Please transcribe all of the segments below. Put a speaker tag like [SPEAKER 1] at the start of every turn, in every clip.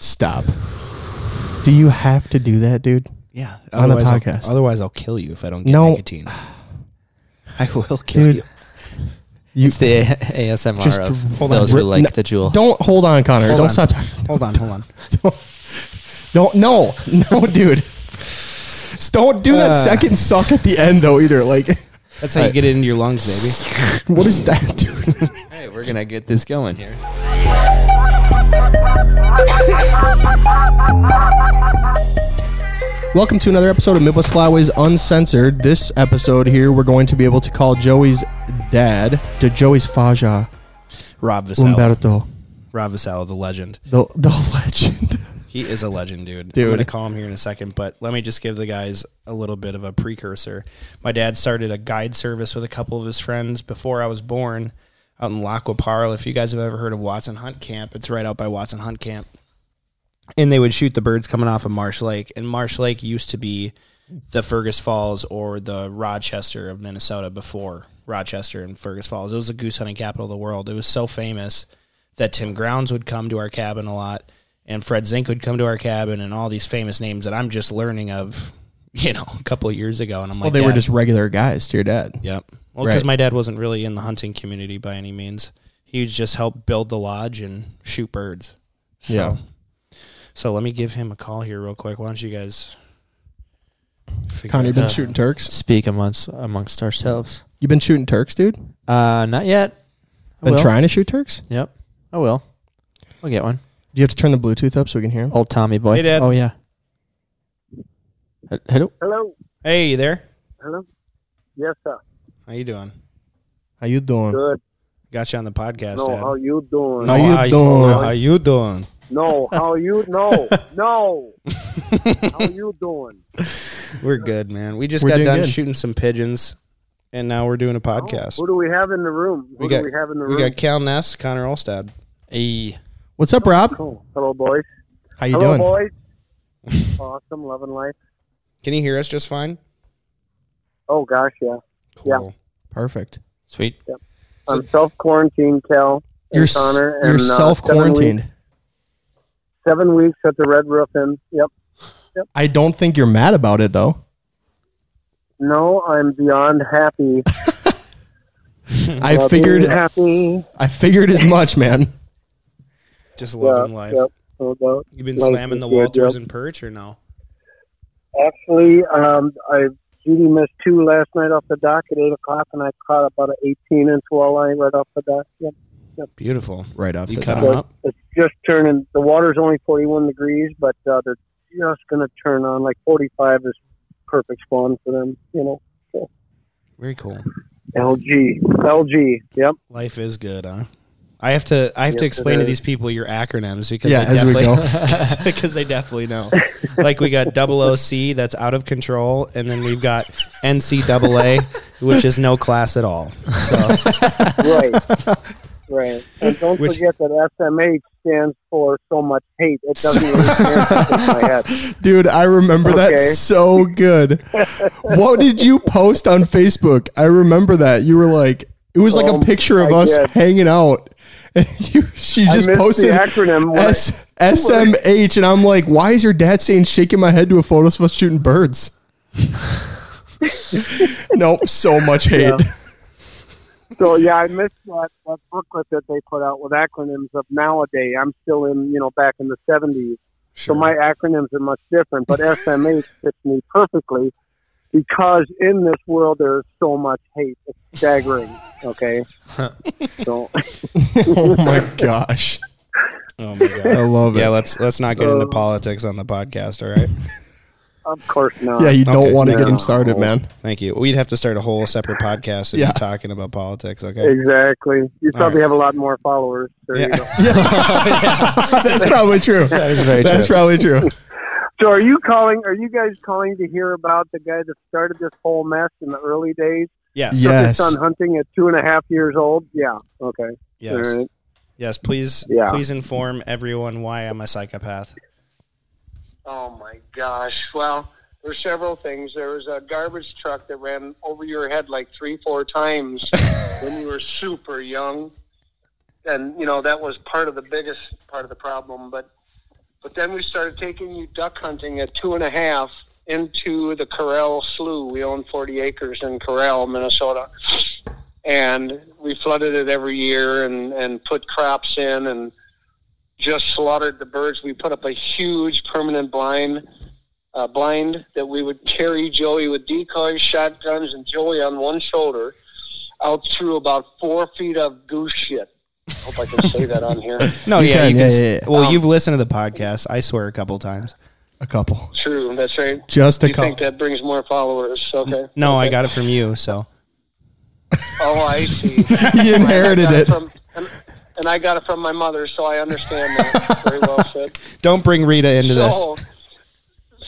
[SPEAKER 1] Stop. Do you have to do that, dude?
[SPEAKER 2] Yeah,
[SPEAKER 1] On the
[SPEAKER 2] otherwise I'll-
[SPEAKER 1] podcast.
[SPEAKER 2] otherwise, I'll kill you if I don't get
[SPEAKER 1] No.
[SPEAKER 2] nicotine. I will kill
[SPEAKER 1] Dude,
[SPEAKER 2] you.
[SPEAKER 1] You
[SPEAKER 3] It's the ASMR
[SPEAKER 1] Just
[SPEAKER 3] of
[SPEAKER 1] hold on.
[SPEAKER 3] those who
[SPEAKER 1] Re-
[SPEAKER 3] like
[SPEAKER 1] no,
[SPEAKER 3] the jewel.
[SPEAKER 1] don't hold on, Connor.
[SPEAKER 2] Hold
[SPEAKER 1] don't
[SPEAKER 2] on.
[SPEAKER 1] stop talking.
[SPEAKER 2] Hold on, hold on.
[SPEAKER 1] Don't, don't no no, dude. Don't do that
[SPEAKER 2] Uh.
[SPEAKER 1] second suck at the end though either. Like,
[SPEAKER 2] That's how you get it into your lungs, baby.
[SPEAKER 1] what is that, dude?
[SPEAKER 3] All right, we're gonna get this going here.
[SPEAKER 1] Welcome to another episode of Midwest Flyways Uncensored. This episode here, we're going to be able to call Joey's dad to Joey's Faja
[SPEAKER 2] Rob Vassell.
[SPEAKER 1] Umberto,
[SPEAKER 2] Rob Vassell, the legend.
[SPEAKER 1] the the legend.
[SPEAKER 2] He is a legend, dude.
[SPEAKER 1] Dude.
[SPEAKER 2] I'm gonna call him here in a second, but let me just give the guys a little bit of a precursor. My dad started a guide service with a couple of his friends before I was born, out in Laquaparo. If you guys have ever heard of Watson Hunt Camp, it's right out by Watson Hunt Camp. And they would shoot the birds coming off of Marsh Lake, and Marsh Lake used to be the Fergus Falls or the Rochester of Minnesota before Rochester and Fergus Falls. It was the goose hunting capital of the world. It was so famous that Tim Grounds would come to our cabin a lot, and Fred Zink would come to our cabin, and all these famous names that I'm just learning of, you know, a couple of years ago. And I'm like,
[SPEAKER 1] Well, they were
[SPEAKER 2] "Dad,
[SPEAKER 1] just regular guys to your dad.
[SPEAKER 2] Yep. Well, because
[SPEAKER 1] Right.
[SPEAKER 2] my dad wasn't really in the hunting community by any means. He just helped build the lodge and shoot birds. So,
[SPEAKER 1] Yeah.
[SPEAKER 2] So let me give him a call here real quick. Why don't you guys? figure
[SPEAKER 1] Connor, you
[SPEAKER 2] this
[SPEAKER 1] been
[SPEAKER 2] out?
[SPEAKER 1] shooting Turks.
[SPEAKER 3] Speak amongst amongst ourselves.
[SPEAKER 1] You've been shooting Turks, dude.
[SPEAKER 3] Uh, not yet. I
[SPEAKER 1] Been
[SPEAKER 3] will.
[SPEAKER 1] trying to shoot Turks.
[SPEAKER 3] Yep, I will. I'll get one.
[SPEAKER 1] Do you have to turn the Bluetooth up so we can hear him?
[SPEAKER 3] Old Tommy boy.
[SPEAKER 2] Hey, Dad.
[SPEAKER 3] Oh yeah. He- Hello.
[SPEAKER 4] Hello,
[SPEAKER 2] Hey, you there?
[SPEAKER 4] hello. Yes, sir.
[SPEAKER 2] How you doing?
[SPEAKER 1] How you doing?
[SPEAKER 4] Good.
[SPEAKER 2] Got you on the podcast,
[SPEAKER 4] No,
[SPEAKER 2] Dad.
[SPEAKER 4] how you doing?
[SPEAKER 1] No. How you doing?
[SPEAKER 2] How you doing?
[SPEAKER 4] No, how you? No, no. how you doing?
[SPEAKER 2] We're good, man. We just
[SPEAKER 1] We're
[SPEAKER 2] got
[SPEAKER 1] doing
[SPEAKER 2] done
[SPEAKER 1] good.
[SPEAKER 2] shooting some pigeons, and now we're doing a podcast.
[SPEAKER 4] Who do we have in the room? Who
[SPEAKER 2] we got
[SPEAKER 4] do we have in the
[SPEAKER 2] we
[SPEAKER 4] room?
[SPEAKER 2] got Cal Ness, Connor Olstad.
[SPEAKER 3] Hey.
[SPEAKER 1] What's up, Rob?
[SPEAKER 4] Cool. Hello, boys.
[SPEAKER 1] How you
[SPEAKER 4] hello,
[SPEAKER 1] doing?
[SPEAKER 4] boys. awesome, loving life.
[SPEAKER 2] Can you hear us just fine?
[SPEAKER 4] Oh gosh, yeah. Yeah.
[SPEAKER 1] Perfect.
[SPEAKER 3] Sweet.
[SPEAKER 4] I'm self quarantined, Cal. and
[SPEAKER 1] You're s-
[SPEAKER 4] Connor, and,
[SPEAKER 1] you're
[SPEAKER 4] uh,
[SPEAKER 1] self quarantined.
[SPEAKER 4] Seven weeks, seven weeks at the Red Roof Inn. Yep.
[SPEAKER 1] I don't think you're mad about it though.
[SPEAKER 4] No, I'm beyond happy.
[SPEAKER 1] I
[SPEAKER 4] Uh,
[SPEAKER 1] figured
[SPEAKER 4] being happy.
[SPEAKER 1] I figured as much, man.
[SPEAKER 2] Just loving
[SPEAKER 4] yeah,
[SPEAKER 2] life.
[SPEAKER 4] Yep. No doubt.
[SPEAKER 2] You've been
[SPEAKER 4] Life
[SPEAKER 2] slamming
[SPEAKER 4] is
[SPEAKER 2] the
[SPEAKER 4] good,
[SPEAKER 2] Walters
[SPEAKER 4] yep.
[SPEAKER 2] and Perch or no?
[SPEAKER 4] Actually, um, I Judy missed two last night off the dock at eight o'clock, and I caught about an eighteen inch walleye right off the dock. Yep.
[SPEAKER 2] Beautiful.
[SPEAKER 1] Right off
[SPEAKER 2] You
[SPEAKER 1] the
[SPEAKER 2] cut
[SPEAKER 1] top.
[SPEAKER 2] him up.
[SPEAKER 4] It's just turning. The water's only forty-one degrees, but uh, they're just going to turn on. Like forty-five is perfect spawn for them. You know,
[SPEAKER 2] Very cool.
[SPEAKER 4] LG, LG. Yep.
[SPEAKER 2] Life is good, huh? I have to I have
[SPEAKER 4] Yes,
[SPEAKER 2] to
[SPEAKER 4] it
[SPEAKER 2] explain to
[SPEAKER 4] is.
[SPEAKER 2] these people your acronyms because
[SPEAKER 1] Yeah,
[SPEAKER 2] they
[SPEAKER 1] as we
[SPEAKER 2] definitely because they definitely know. Like we got double OC that's out of control, and then we've got NCAA, which is no class at all. So
[SPEAKER 4] Right. right. And don't
[SPEAKER 2] Which-
[SPEAKER 4] forget that SMH stands for so much hate. It doesn't really stand for something in my head.
[SPEAKER 1] Dude, I remember that
[SPEAKER 4] Okay.
[SPEAKER 1] so good. what did you post on Facebook? I remember that. You were like it was like a
[SPEAKER 4] Um,
[SPEAKER 1] picture of
[SPEAKER 4] I
[SPEAKER 1] us
[SPEAKER 4] did.
[SPEAKER 1] hanging out. And you she
[SPEAKER 4] I
[SPEAKER 1] just
[SPEAKER 4] missed
[SPEAKER 1] posted
[SPEAKER 4] the acronym. What-
[SPEAKER 1] S- SMH and I'm like, why is your dad saying shaking my head to a photo of us shooting birds? nope, so much hate.
[SPEAKER 4] So yeah, I missed that, that booklet that they put out with acronyms of nowadays. I'm still in, you know, back in the 70s. So my acronyms are much different, but SMH fits me perfectly because in this world there's so much hate. It's staggering. Okay. so
[SPEAKER 1] oh my gosh.
[SPEAKER 2] oh my god.
[SPEAKER 1] I love it.
[SPEAKER 2] Yeah, let's let's not get into
[SPEAKER 4] Uh,
[SPEAKER 2] politics on the podcast, all right?
[SPEAKER 4] of course not.
[SPEAKER 1] Yeah, you
[SPEAKER 2] Okay.
[SPEAKER 1] don't want to get
[SPEAKER 4] No.
[SPEAKER 1] him started, man.
[SPEAKER 2] Thank you. We'd have to start a whole separate podcast if
[SPEAKER 1] Yeah.
[SPEAKER 2] you're talking about politics, okay?
[SPEAKER 4] Exactly. You probably have a lot more followers. There you
[SPEAKER 2] Yeah.
[SPEAKER 4] go.
[SPEAKER 1] That's probably true.
[SPEAKER 3] That is very
[SPEAKER 1] That's probably true.
[SPEAKER 4] So are you calling? Are you guys calling to hear about the guy that started this whole mess in the early days?
[SPEAKER 2] Yes.
[SPEAKER 1] Yeah. Yes.
[SPEAKER 4] Son hunting at two and a half years old. Yeah. Okay.
[SPEAKER 2] Yes.
[SPEAKER 4] All right.
[SPEAKER 2] Yes, please
[SPEAKER 4] Yeah.
[SPEAKER 2] please inform everyone why I'm a psychopath.
[SPEAKER 4] Oh my gosh. Well, there's several things. There was a garbage truck that ran over your head like three, four times when you were super young. And, you know, that was part of the biggest part of the problem. But But then we started taking you duck hunting at two and a half into the Corral Slough. We own 40 acres in Corral, Minnesota. And we flooded it every year and, and put crops in and just slaughtered the birds. We put up a huge permanent blind uh, blind that we would carry Joey with decoys, shotguns, and Joey on one shoulder out through about four feet of goose shit. I hope I can say that on here.
[SPEAKER 2] No,
[SPEAKER 1] You
[SPEAKER 2] yeah,
[SPEAKER 1] can,
[SPEAKER 2] you can.
[SPEAKER 1] yeah,
[SPEAKER 2] s-
[SPEAKER 1] yeah, yeah.
[SPEAKER 2] Well,
[SPEAKER 4] Um,
[SPEAKER 2] you've listened to the podcast. I swear a couple times.
[SPEAKER 1] A couple.
[SPEAKER 4] True, that's right.
[SPEAKER 1] Just a
[SPEAKER 4] you think
[SPEAKER 1] couple.
[SPEAKER 4] that brings more followers? Okay.
[SPEAKER 2] No, I got it from you. So
[SPEAKER 4] Oh, I see.
[SPEAKER 1] He inherited
[SPEAKER 4] I got
[SPEAKER 1] it.
[SPEAKER 4] from- and, and I got it from my mother, so I understand that very well. Said.
[SPEAKER 2] don't bring Rita into this.
[SPEAKER 4] So,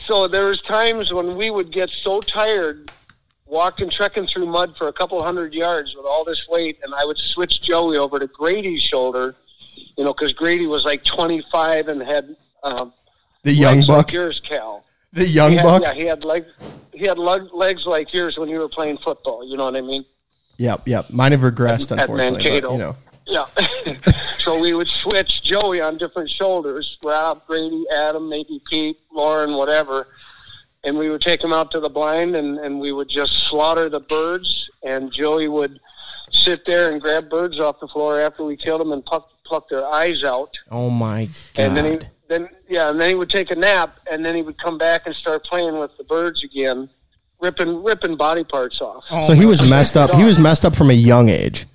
[SPEAKER 4] so there was times when we would get so tired walking, trekking through mud for a couple hundred yards with all this weight, and I would switch Joey over to Grady's shoulder, you know, because Grady was like 25 and had um,
[SPEAKER 1] The young
[SPEAKER 4] legs
[SPEAKER 1] buck.
[SPEAKER 4] like yours, Cal.
[SPEAKER 1] The young
[SPEAKER 4] He had,
[SPEAKER 1] buck.
[SPEAKER 4] yeah, he had legs. He had leg, legs like yours when you were playing football. You know what I mean?
[SPEAKER 1] Yep, yep. Mine have regressed,
[SPEAKER 4] At
[SPEAKER 1] unfortunately. But,
[SPEAKER 4] Mankato.
[SPEAKER 1] you know.
[SPEAKER 4] Yeah. so we would switch Joey on different shoulders Rob, Grady, Adam, maybe Pete, Lauren, whatever. And we would take them out to the blind and, and we would just slaughter the birds. And Joey would sit there and grab birds off the floor after we killed them and pluck, pluck their eyes out.
[SPEAKER 1] Oh my god.
[SPEAKER 4] And then he then yeah, and then he would take a nap, and then he would come back and start playing with the birds again, ripping ripping body parts off.
[SPEAKER 1] so he was messed up. He was messed up from a young age.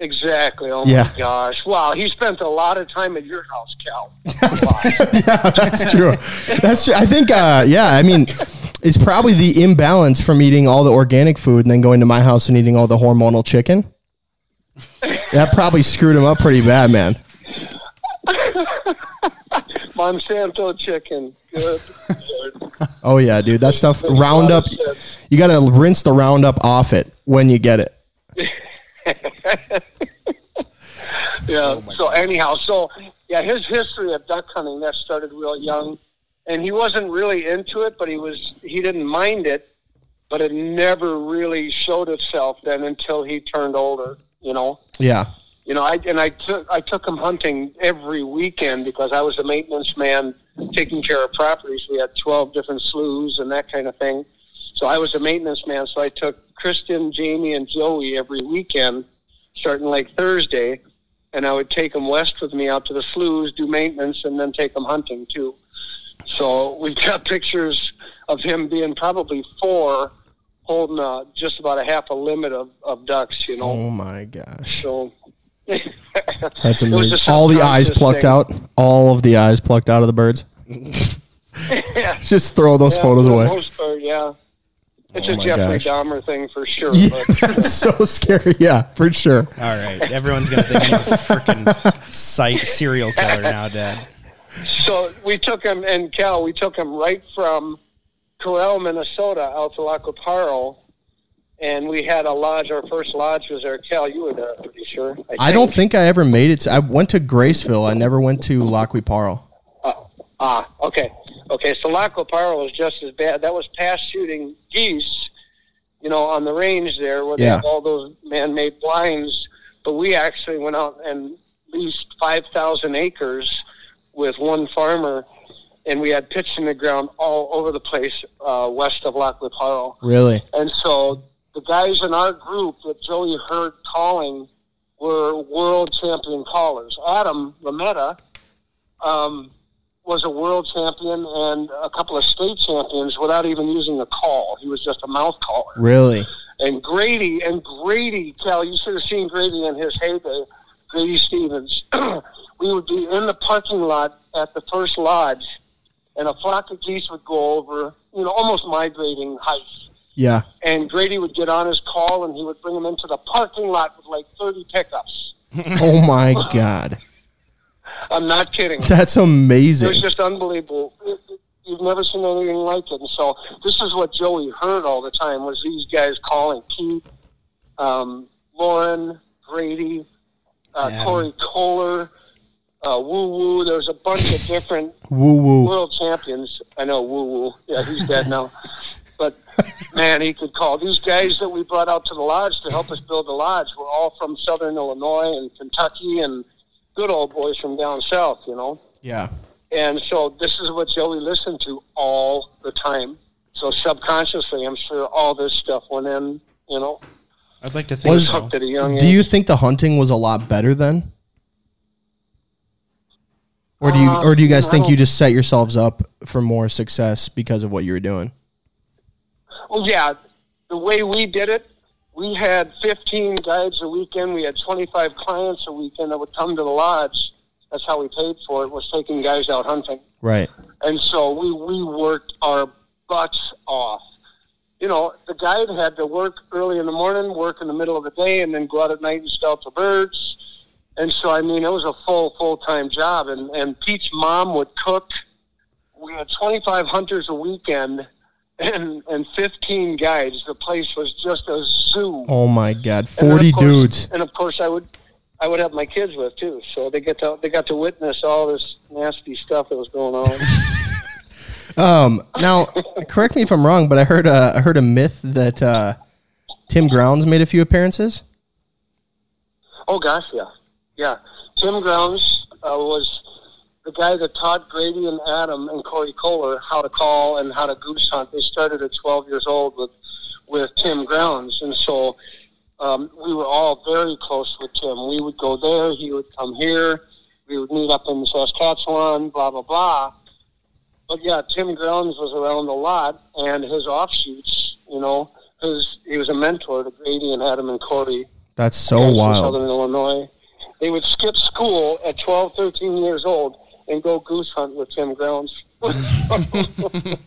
[SPEAKER 4] Exactly. Oh
[SPEAKER 1] Yeah.
[SPEAKER 4] my gosh! Wow, he spent a lot of time at your house, Cal.
[SPEAKER 1] yeah, that's true. That's true. I think, uh, yeah, I mean, it's probably the imbalance from eating all the organic food and then going to my house and eating all the hormonal chicken. That probably screwed him up pretty bad, man.
[SPEAKER 4] Monsanto chicken. Good. Lord.
[SPEAKER 1] Oh yeah, dude, that stuff Roundup. You gotta rinse the Roundup off it when you get it.
[SPEAKER 4] Yeah. so anyhow, so yeah, his history of duck hunting that started real young, and he wasn't really into it, but he was he didn't mind it, but it never really showed itself then until he turned older. You know.
[SPEAKER 1] Yeah,
[SPEAKER 4] you know, I and I took I took him hunting every weekend because I was a maintenance man taking care of properties. We had twelve different sloughs and that kind of thing. So I was a maintenance man. So I took Kristen, Jamie, and Joey every weekend, starting like Thursday, and I would take them west with me out to the sloughs, do maintenance, and then take them hunting too. So we've got pictures of him being probably four, holding uh, just about a half a limit of, of ducks. You know,
[SPEAKER 1] Oh my gosh,
[SPEAKER 4] so.
[SPEAKER 1] that's
[SPEAKER 4] was
[SPEAKER 1] amazing.
[SPEAKER 4] a
[SPEAKER 1] All the eyes
[SPEAKER 4] subconscious
[SPEAKER 1] plucked
[SPEAKER 4] thing.
[SPEAKER 1] out. All of the eyes plucked out of the birds.
[SPEAKER 4] yeah,
[SPEAKER 1] Just throw those
[SPEAKER 4] yeah,
[SPEAKER 1] photos
[SPEAKER 4] for the
[SPEAKER 1] away. Oh
[SPEAKER 4] most part, yeah. It's a
[SPEAKER 1] my
[SPEAKER 4] Jeffrey
[SPEAKER 1] gosh.
[SPEAKER 4] Dahmer thing for sure.
[SPEAKER 1] Yeah,
[SPEAKER 4] But
[SPEAKER 1] that's so scary. Yeah, for sure.
[SPEAKER 2] All right, everyone's gonna think I'm a freaking site serial killer now, Dad.
[SPEAKER 4] so we took him and Cal, we took him right from Corral, Minnesota, out to Lacoparo, and we had a lodge. Our first lodge was there. Cal, you were there, I'm pretty sure.
[SPEAKER 1] I don't think I ever made it. to- I went to Graceville. I never went to Laquiparo.
[SPEAKER 4] Ah, okay. Okay, so Lacoparo was just as bad. That was past shooting geese, you know, on the range there where they
[SPEAKER 1] Yeah.
[SPEAKER 4] have all those man made blinds. But we actually went out and leased 5,000 acres with one farmer, and we had pits in the ground all over the place uh, west of Lacoparo.
[SPEAKER 1] Really?
[SPEAKER 4] And so the guys in our group that Joey heard calling were world champion callers. Adam Lametta um, was a world champion and a couple of state champions without even using a call. He was just a mouth caller.
[SPEAKER 1] Really?
[SPEAKER 4] And Grady, and Grady, Cal, you should have seen Grady in his heyday, Grady Stevens. we would be in the parking lot at the first lodge, and a flock of geese would go over, you know, almost migrating heights
[SPEAKER 1] Yeah.
[SPEAKER 4] and Grady would get on his call and he would bring him into the parking lot with like 30 pickups.
[SPEAKER 1] Oh my god,
[SPEAKER 4] I'm not kidding. It
[SPEAKER 1] that's
[SPEAKER 4] was
[SPEAKER 1] amazing.
[SPEAKER 4] just unbelievable. It- it- You've never seen anything like it. And so this is what Joey heard all the time was these guys calling Pete, um, Lauren, Grady, uh,
[SPEAKER 2] Adam.
[SPEAKER 4] Corey Kohler, uh, Woo Woo. There's a bunch of different
[SPEAKER 1] Woo woo.
[SPEAKER 4] world champions. I know Woo Woo. Yeah, he's dead now. But man, he could call. These guys that we brought out to the lodge to help us build the lodge were all from Southern Illinois and Kentucky and good old boys from down south, you know.
[SPEAKER 1] Yeah.
[SPEAKER 4] And so this is what Joey listened to all the time. So subconsciously, I'm sure all this stuff went in, you know,
[SPEAKER 2] I'd like to think
[SPEAKER 1] Was
[SPEAKER 2] so.
[SPEAKER 4] hooked at a young
[SPEAKER 1] do
[SPEAKER 4] age.
[SPEAKER 1] you think the hunting was a lot better then? Or do you
[SPEAKER 4] Uh,
[SPEAKER 1] or do you guys
[SPEAKER 4] I
[SPEAKER 1] think you
[SPEAKER 4] don't-
[SPEAKER 1] just set yourselves up for more success because of what you were doing?
[SPEAKER 4] Well, Oh, yeah, the way we did it, we had 15 guides a weekend. We had 25 clients a weekend that would come to the lodge. That's how we paid for it, was taking guys out hunting.
[SPEAKER 1] Right.
[SPEAKER 4] And so we, we worked our butts off. You know, the guide had to work early in the morning, work in the middle of the day, and then go out at night and scout the birds. And so, I mean, it was a full, full time job. And, and Pete's mom would cook. We had 25 hunters a weekend and, and 15 guides. The place was just a zoo.
[SPEAKER 1] Oh my god,
[SPEAKER 4] And then, of
[SPEAKER 1] forty
[SPEAKER 4] course-
[SPEAKER 1] dudes.
[SPEAKER 4] And of course, I would, I would have my kids with too. So they get to they got to witness all this nasty stuff that was going on.
[SPEAKER 1] Um, now, correct me if I'm wrong, but I heard a, I heard a myth that uh, Tim Grounds made a few appearances.
[SPEAKER 4] Oh gosh, yeah, yeah. Tim Grounds uh, was the guy that taught Grady and Adam and Corey Kohler how to call and how to goose hunt. They started at 12 years old with with Tim Grounds, and so um, we were all very close with Tim. We would go there, he would come here, we would meet up in Saskatchewan, blah blah blah. But yeah, Tim Grounds was around a lot, and his offshoots, you know, his he was a mentor to Grady and Adam and Corey
[SPEAKER 1] That's so
[SPEAKER 4] guys from
[SPEAKER 1] wild.
[SPEAKER 4] Southern Illinois. They would skip school at 12, 13 years old and go goose hunt with Tim Grounds.
[SPEAKER 2] That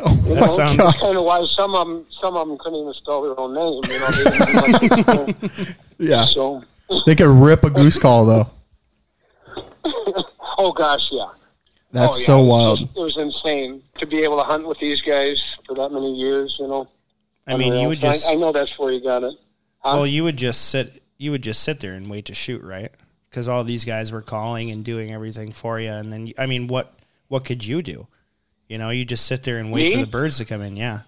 [SPEAKER 1] Oh,
[SPEAKER 4] Well,
[SPEAKER 2] sounds
[SPEAKER 4] That's kind of why some of them, some of them couldn't even spell their own name. You know, they didn't know what to do.
[SPEAKER 1] Yeah,
[SPEAKER 4] so,
[SPEAKER 1] they could rip a goose call though.
[SPEAKER 4] oh gosh, yeah.
[SPEAKER 1] That's
[SPEAKER 4] oh, yeah.
[SPEAKER 1] so
[SPEAKER 4] It was
[SPEAKER 1] wild.
[SPEAKER 4] just- It was insane to be able to hunt with these guys for that many years. You know,
[SPEAKER 2] I mean, you
[SPEAKER 4] Unreal.
[SPEAKER 2] would
[SPEAKER 4] So I-
[SPEAKER 2] just
[SPEAKER 4] I, know that's where you got it.
[SPEAKER 2] well, you would just sit, you would just sit there and wait to shoot, right? Because all these guys were calling and doing everything for you, and then I mean, what what could you do? You know, you just sit there and wait for
[SPEAKER 4] Me?
[SPEAKER 2] the birds to come in. Yeah,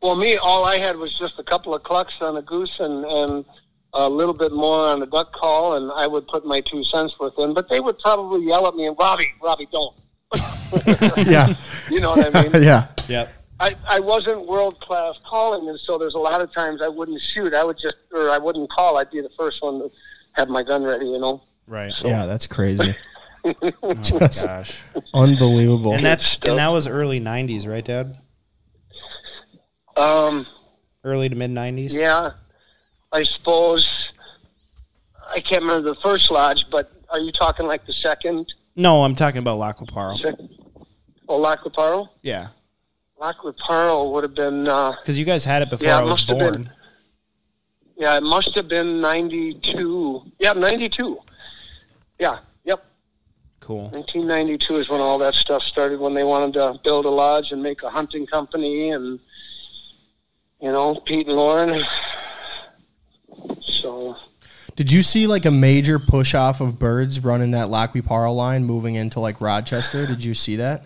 [SPEAKER 4] Well, me, all I had was just a couple of clucks on a goose and, and a little bit more on a duck call, and I would put my two cents worth in. But they would probably yell at me and Robbie, Robbie, don't.
[SPEAKER 1] Yeah,
[SPEAKER 4] You know what I mean?
[SPEAKER 1] yeah.
[SPEAKER 2] yep.
[SPEAKER 4] I, I wasn't world class calling, and so there's a lot of times I wouldn't shoot. I would just, or I wouldn't call. I'd be the first one to have my gun ready. You know.
[SPEAKER 2] Right.
[SPEAKER 1] Yeah, that's crazy.
[SPEAKER 2] Oh,
[SPEAKER 1] Just-
[SPEAKER 2] gosh.
[SPEAKER 1] Unbelievable.
[SPEAKER 2] And that's
[SPEAKER 4] stuff.
[SPEAKER 2] and that was early '90s, right, Dad?
[SPEAKER 4] Um,
[SPEAKER 2] Early to mid '90s.
[SPEAKER 4] yeah, I suppose. I can't remember the first lodge, but are you talking like the second?
[SPEAKER 2] No, I'm talking about Lacoparo.
[SPEAKER 4] Second? Oh, Lacaparo?
[SPEAKER 2] Yeah,
[SPEAKER 4] Lockwood Pearl would have been, uh,
[SPEAKER 2] because you guys had it before
[SPEAKER 4] Yeah,
[SPEAKER 2] I
[SPEAKER 4] it
[SPEAKER 2] was
[SPEAKER 4] must have been-
[SPEAKER 2] born.
[SPEAKER 4] yeah, it must have been 92. Yeah, 92. Yeah, yep.
[SPEAKER 2] Cool.
[SPEAKER 4] 1992 is when all that stuff started, when they wanted to build a lodge and make a hunting company, and, you know, Pete and Lauren. So,
[SPEAKER 1] Did you see like a major push off of birds running that Laquiparo line moving into like Rochester? Did you see that?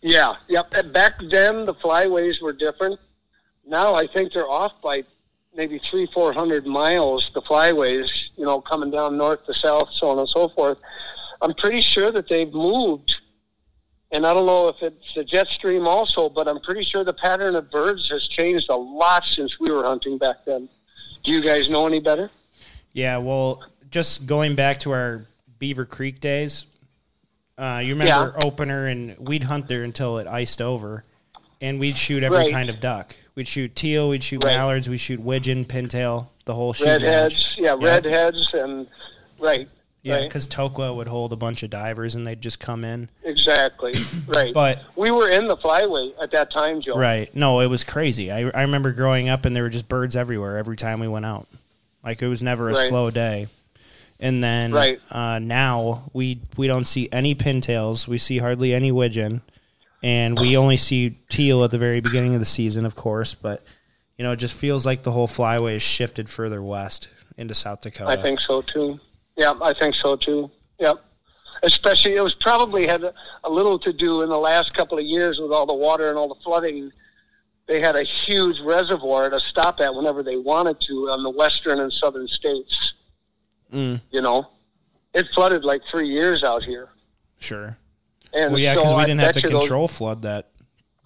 [SPEAKER 4] yeah, yep. And Back then, the flyways were different. Now I think they're off by maybe three, four hundred miles, the flyways, you know, coming down north to south, so on and so forth. I'm pretty sure that they've moved. And I don't know if it's the jet stream also, but I'm pretty sure the pattern of birds has changed a lot since we were hunting back then. Do you guys know any better?
[SPEAKER 2] Yeah. Well, just going back to our Beaver Creek days, uh, you remember opener, and we'd hunt there until it iced over, and we'd shoot every
[SPEAKER 4] Right.
[SPEAKER 2] kind of duck. We'd shoot teal, we'd shoot
[SPEAKER 4] Right.
[SPEAKER 2] mallards, we'd shoot widgeon, pintail, the whole shoot. match.
[SPEAKER 4] Redheads, yeah,
[SPEAKER 2] Yeah.
[SPEAKER 4] redheads, and right,
[SPEAKER 2] Yeah,
[SPEAKER 4] right.
[SPEAKER 2] because Tokwa would hold a bunch of divers, and they'd just come in.
[SPEAKER 4] exactly, right.
[SPEAKER 2] But
[SPEAKER 4] we were in the flyway at that time, Joe.
[SPEAKER 2] Right. No, it was crazy. I, I remember growing up and there were just birds everywhere every time we went out. Like it was never a
[SPEAKER 4] Right.
[SPEAKER 2] slow day. And then
[SPEAKER 4] Right.
[SPEAKER 2] uh, now we we don't see any pintails. We see hardly any widgeon, and we only see teal at the very beginning of the season, of course. But you know, it just feels like the whole flyway is shifted further west into South Dakota.
[SPEAKER 4] I think so too. Yeah, I think so too. Yep. Especially, it was probably had a, a little to do in the last couple of years with all the water and all the flooding. They had a huge reservoir to stop at whenever they wanted to on the western and southern states.
[SPEAKER 2] Mm.
[SPEAKER 4] You know, it flooded like three years out here.
[SPEAKER 2] Sure.
[SPEAKER 4] And
[SPEAKER 2] Well, yeah, because
[SPEAKER 4] so
[SPEAKER 2] we
[SPEAKER 4] I
[SPEAKER 2] didn't have to
[SPEAKER 4] bet you those-
[SPEAKER 2] control flood that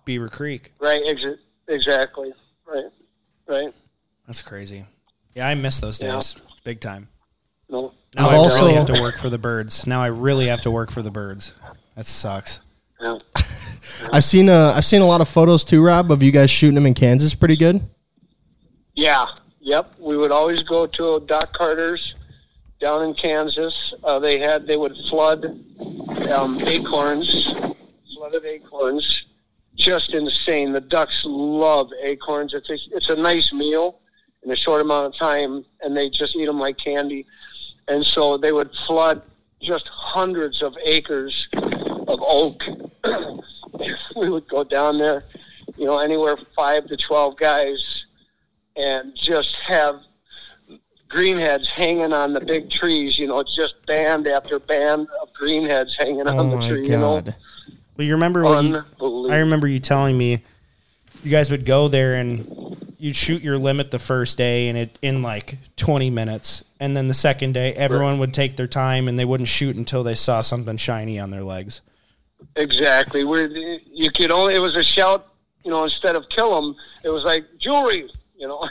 [SPEAKER 2] Beaver Creek.
[SPEAKER 4] Right, exa- exactly. Right, right.
[SPEAKER 2] That's crazy. Yeah, I miss those
[SPEAKER 4] Yeah.
[SPEAKER 2] days big time.
[SPEAKER 4] No.
[SPEAKER 2] Now
[SPEAKER 1] I've
[SPEAKER 2] I
[SPEAKER 1] also-
[SPEAKER 2] really have to work for the birds. Now I really have to work for the birds. That sucks.
[SPEAKER 4] Yeah.
[SPEAKER 1] I've seen uh, I've seen a lot of photos too, Rob, of you guys shooting them in Kansas. Pretty good.
[SPEAKER 4] Yeah. Yep. We would always go to Doc Carter's down in Kansas. Uh, they had they would flood um, acorns, flooded acorns. Just insane. The ducks love acorns. It's a, it's a nice meal in a short amount of time, and they just eat them like candy. And so they would flood just hundreds of acres of oak. we would go down there, you know, anywhere five to twelve guys and just have greenheads hanging on the big trees, you know, just band after band of greenheads hanging on the tree, you know.
[SPEAKER 2] Well, you remember when you-
[SPEAKER 4] Unbelievable.
[SPEAKER 2] I remember you telling me you guys would go there and you'd shoot your limit the first day and it in like 20 minutes and then the second day everyone would take their time and they wouldn't shoot until they saw something shiny on their legs.
[SPEAKER 4] Exactly. We're, you could only, it was a shout, you know, instead of kill them, it was like jewelry, you know.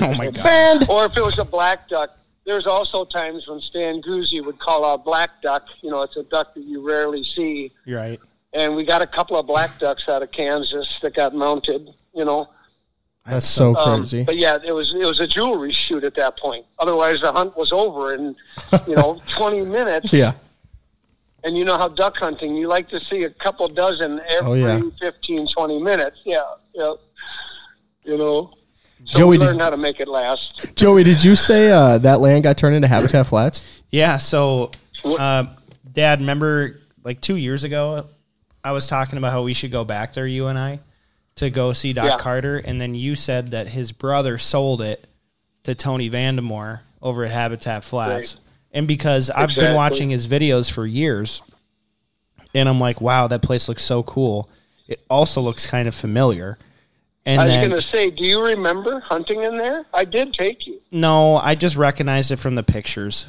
[SPEAKER 2] Oh my god.
[SPEAKER 4] or if it was a black duck, there's also times when Stan Guzzi would call out black duck. You know, it's a duck that you rarely see.
[SPEAKER 2] You're right.
[SPEAKER 4] And we got a couple of black ducks out of Kansas that got mounted, you know.
[SPEAKER 1] That's so
[SPEAKER 4] Um,
[SPEAKER 1] crazy.
[SPEAKER 4] But yeah, it was it was a jewelry shoot at that point. Otherwise, the hunt was over in you know twenty minutes.
[SPEAKER 1] yeah.
[SPEAKER 4] And you know how duck hunting, you like to see a couple dozen every
[SPEAKER 1] Oh, yeah.
[SPEAKER 4] fifteen, twenty 15, 20 minutes. Yeah, yeah. You know, so
[SPEAKER 1] Joey,
[SPEAKER 4] we
[SPEAKER 1] did-
[SPEAKER 4] learn how to make it last.
[SPEAKER 1] Joey, did you say uh, that land got turned into Habitat Flats?
[SPEAKER 2] Yeah, so uh, dad, remember like 2 years ago I was talking about how we should go back there you and I to go see Doc
[SPEAKER 4] Yeah.
[SPEAKER 2] Carter and then you said that his brother sold it to Tony Vandamore over at Habitat Flats.
[SPEAKER 4] Right.
[SPEAKER 2] And because I've been
[SPEAKER 4] Exactly.
[SPEAKER 2] watching his videos for years, and I'm like, wow, that place looks so cool. It also looks kind of familiar. And
[SPEAKER 4] I was
[SPEAKER 2] then,
[SPEAKER 4] going to say, do you remember hunting in there? I did take you.
[SPEAKER 2] no, I just recognized it from the pictures.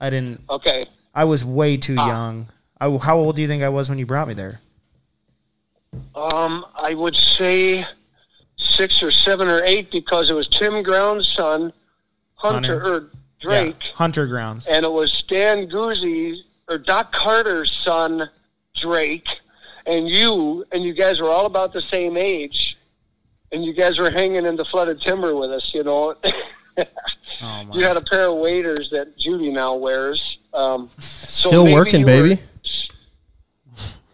[SPEAKER 2] I didn't,
[SPEAKER 4] Okay.
[SPEAKER 2] I was way too
[SPEAKER 4] Ah.
[SPEAKER 2] young. I, how old do you think I was when you brought me there?
[SPEAKER 4] Um, I would say six or seven or eight because it was Tim Ground's son, Hunter,
[SPEAKER 2] Hunter.
[SPEAKER 4] or Drake,
[SPEAKER 2] Yeah, Hunter Grounds.
[SPEAKER 4] and it was Stan Guzzi or Doc Carter's son, Drake, and you, and you guys were all about the same age, and you guys were hanging in the flooded timber with us, you know.
[SPEAKER 2] Oh, my.
[SPEAKER 4] you had a pair of waders that Judy now wears. Um, so
[SPEAKER 1] Still
[SPEAKER 4] maybe
[SPEAKER 1] working,
[SPEAKER 4] you were-
[SPEAKER 1] baby.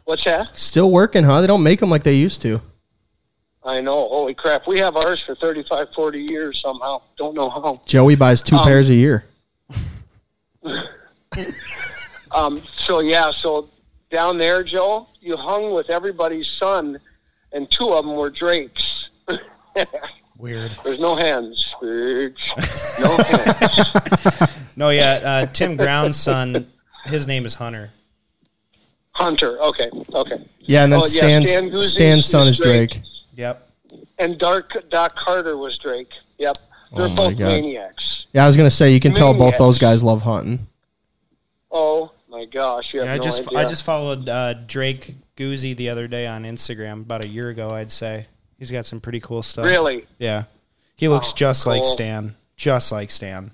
[SPEAKER 4] what's that?
[SPEAKER 1] Still working, huh? They don't make them like they used to.
[SPEAKER 4] I know. Holy crap. We have ours for 35, 40 years somehow. Don't know how.
[SPEAKER 1] Joey buys two pairs a year.
[SPEAKER 4] Um, so, yeah, so down there, Joe, you hung with everybody's son, and two of them were Drake's.
[SPEAKER 2] Weird.
[SPEAKER 4] There's no hands. Drake's. No hands.
[SPEAKER 2] No, yeah, uh, Tim Grounds' son, his name is Hunter.
[SPEAKER 4] Hunter. Okay. Okay.
[SPEAKER 1] Yeah, and then
[SPEAKER 4] Oh, yeah,
[SPEAKER 1] Stan's
[SPEAKER 4] Stan Guzzi
[SPEAKER 1] Stan's son is
[SPEAKER 4] is Drake.
[SPEAKER 1] Drake.
[SPEAKER 2] Yep.
[SPEAKER 4] And Dark Doc Carter was Drake. Yep. They're
[SPEAKER 1] Oh my
[SPEAKER 4] both
[SPEAKER 1] God.
[SPEAKER 4] maniacs.
[SPEAKER 1] Yeah, I was gonna say you can tell both
[SPEAKER 4] Maniacs.
[SPEAKER 1] those guys love hunting.
[SPEAKER 4] Oh, my gosh. You have
[SPEAKER 2] Yeah, I
[SPEAKER 4] no
[SPEAKER 2] just
[SPEAKER 4] idea.
[SPEAKER 2] I just followed uh, Drake Guzzi the other day on Instagram about a year ago. I'd say he's got some pretty cool stuff.
[SPEAKER 4] Really? Oh,
[SPEAKER 2] Yeah, he looks just like
[SPEAKER 4] cool.
[SPEAKER 2] Stan, just like Stan.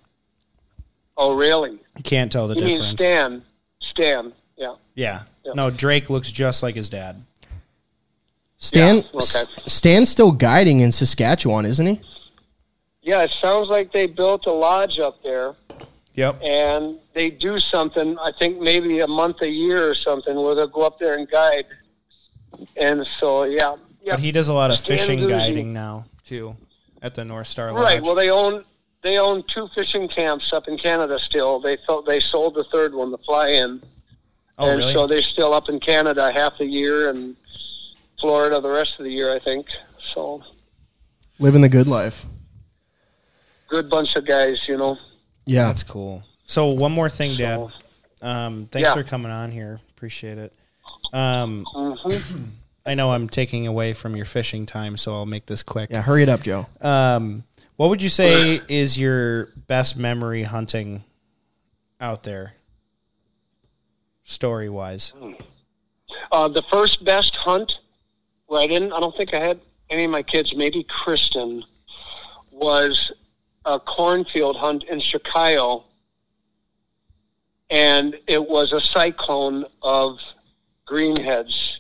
[SPEAKER 4] Oh, really?
[SPEAKER 2] You can't tell the
[SPEAKER 4] You mean
[SPEAKER 2] difference.
[SPEAKER 4] Stan? Stan. Yeah.
[SPEAKER 2] Yeah. no, Drake looks just like his dad.
[SPEAKER 1] Stan
[SPEAKER 4] Yeah, okay.
[SPEAKER 1] S- Stan's still guiding in Saskatchewan, isn't he?
[SPEAKER 4] Yeah, it sounds like they built a lodge up there,
[SPEAKER 2] Yep.
[SPEAKER 4] and they do something. I think maybe a month, a year, or something, where they'll go up there and guide. And so, yeah, yeah,
[SPEAKER 2] But he does a lot of
[SPEAKER 4] Stan
[SPEAKER 2] fishing
[SPEAKER 4] Guzzi.
[SPEAKER 2] guiding now too at the North Star Lodge.
[SPEAKER 4] right. Well, they own they own two fishing camps up in Canada still. They thought they sold the third one, the Fly In,
[SPEAKER 2] oh
[SPEAKER 4] and
[SPEAKER 2] really?
[SPEAKER 4] so they're still up in Canada half the year and Florida the rest of the year, I think. So,
[SPEAKER 1] Living the good life.
[SPEAKER 4] good bunch of guys, you know.
[SPEAKER 1] Yeah.
[SPEAKER 2] That's cool. So one more thing, Dad. Um, thanks
[SPEAKER 4] Yeah.
[SPEAKER 2] for coming on here. Appreciate it. Um,
[SPEAKER 4] Mm-hmm.
[SPEAKER 2] I know I'm taking away from your fishing time, so I'll make this quick.
[SPEAKER 1] yeah, hurry it up, Joe.
[SPEAKER 2] Um, what would you say is your best memory hunting out there? story wise?
[SPEAKER 4] Uh, the first best hunt where I didn't, I don't think I had any of my kids, maybe Kristen, was a cornfield hunt in Chicago. And it was a cyclone of greenheads.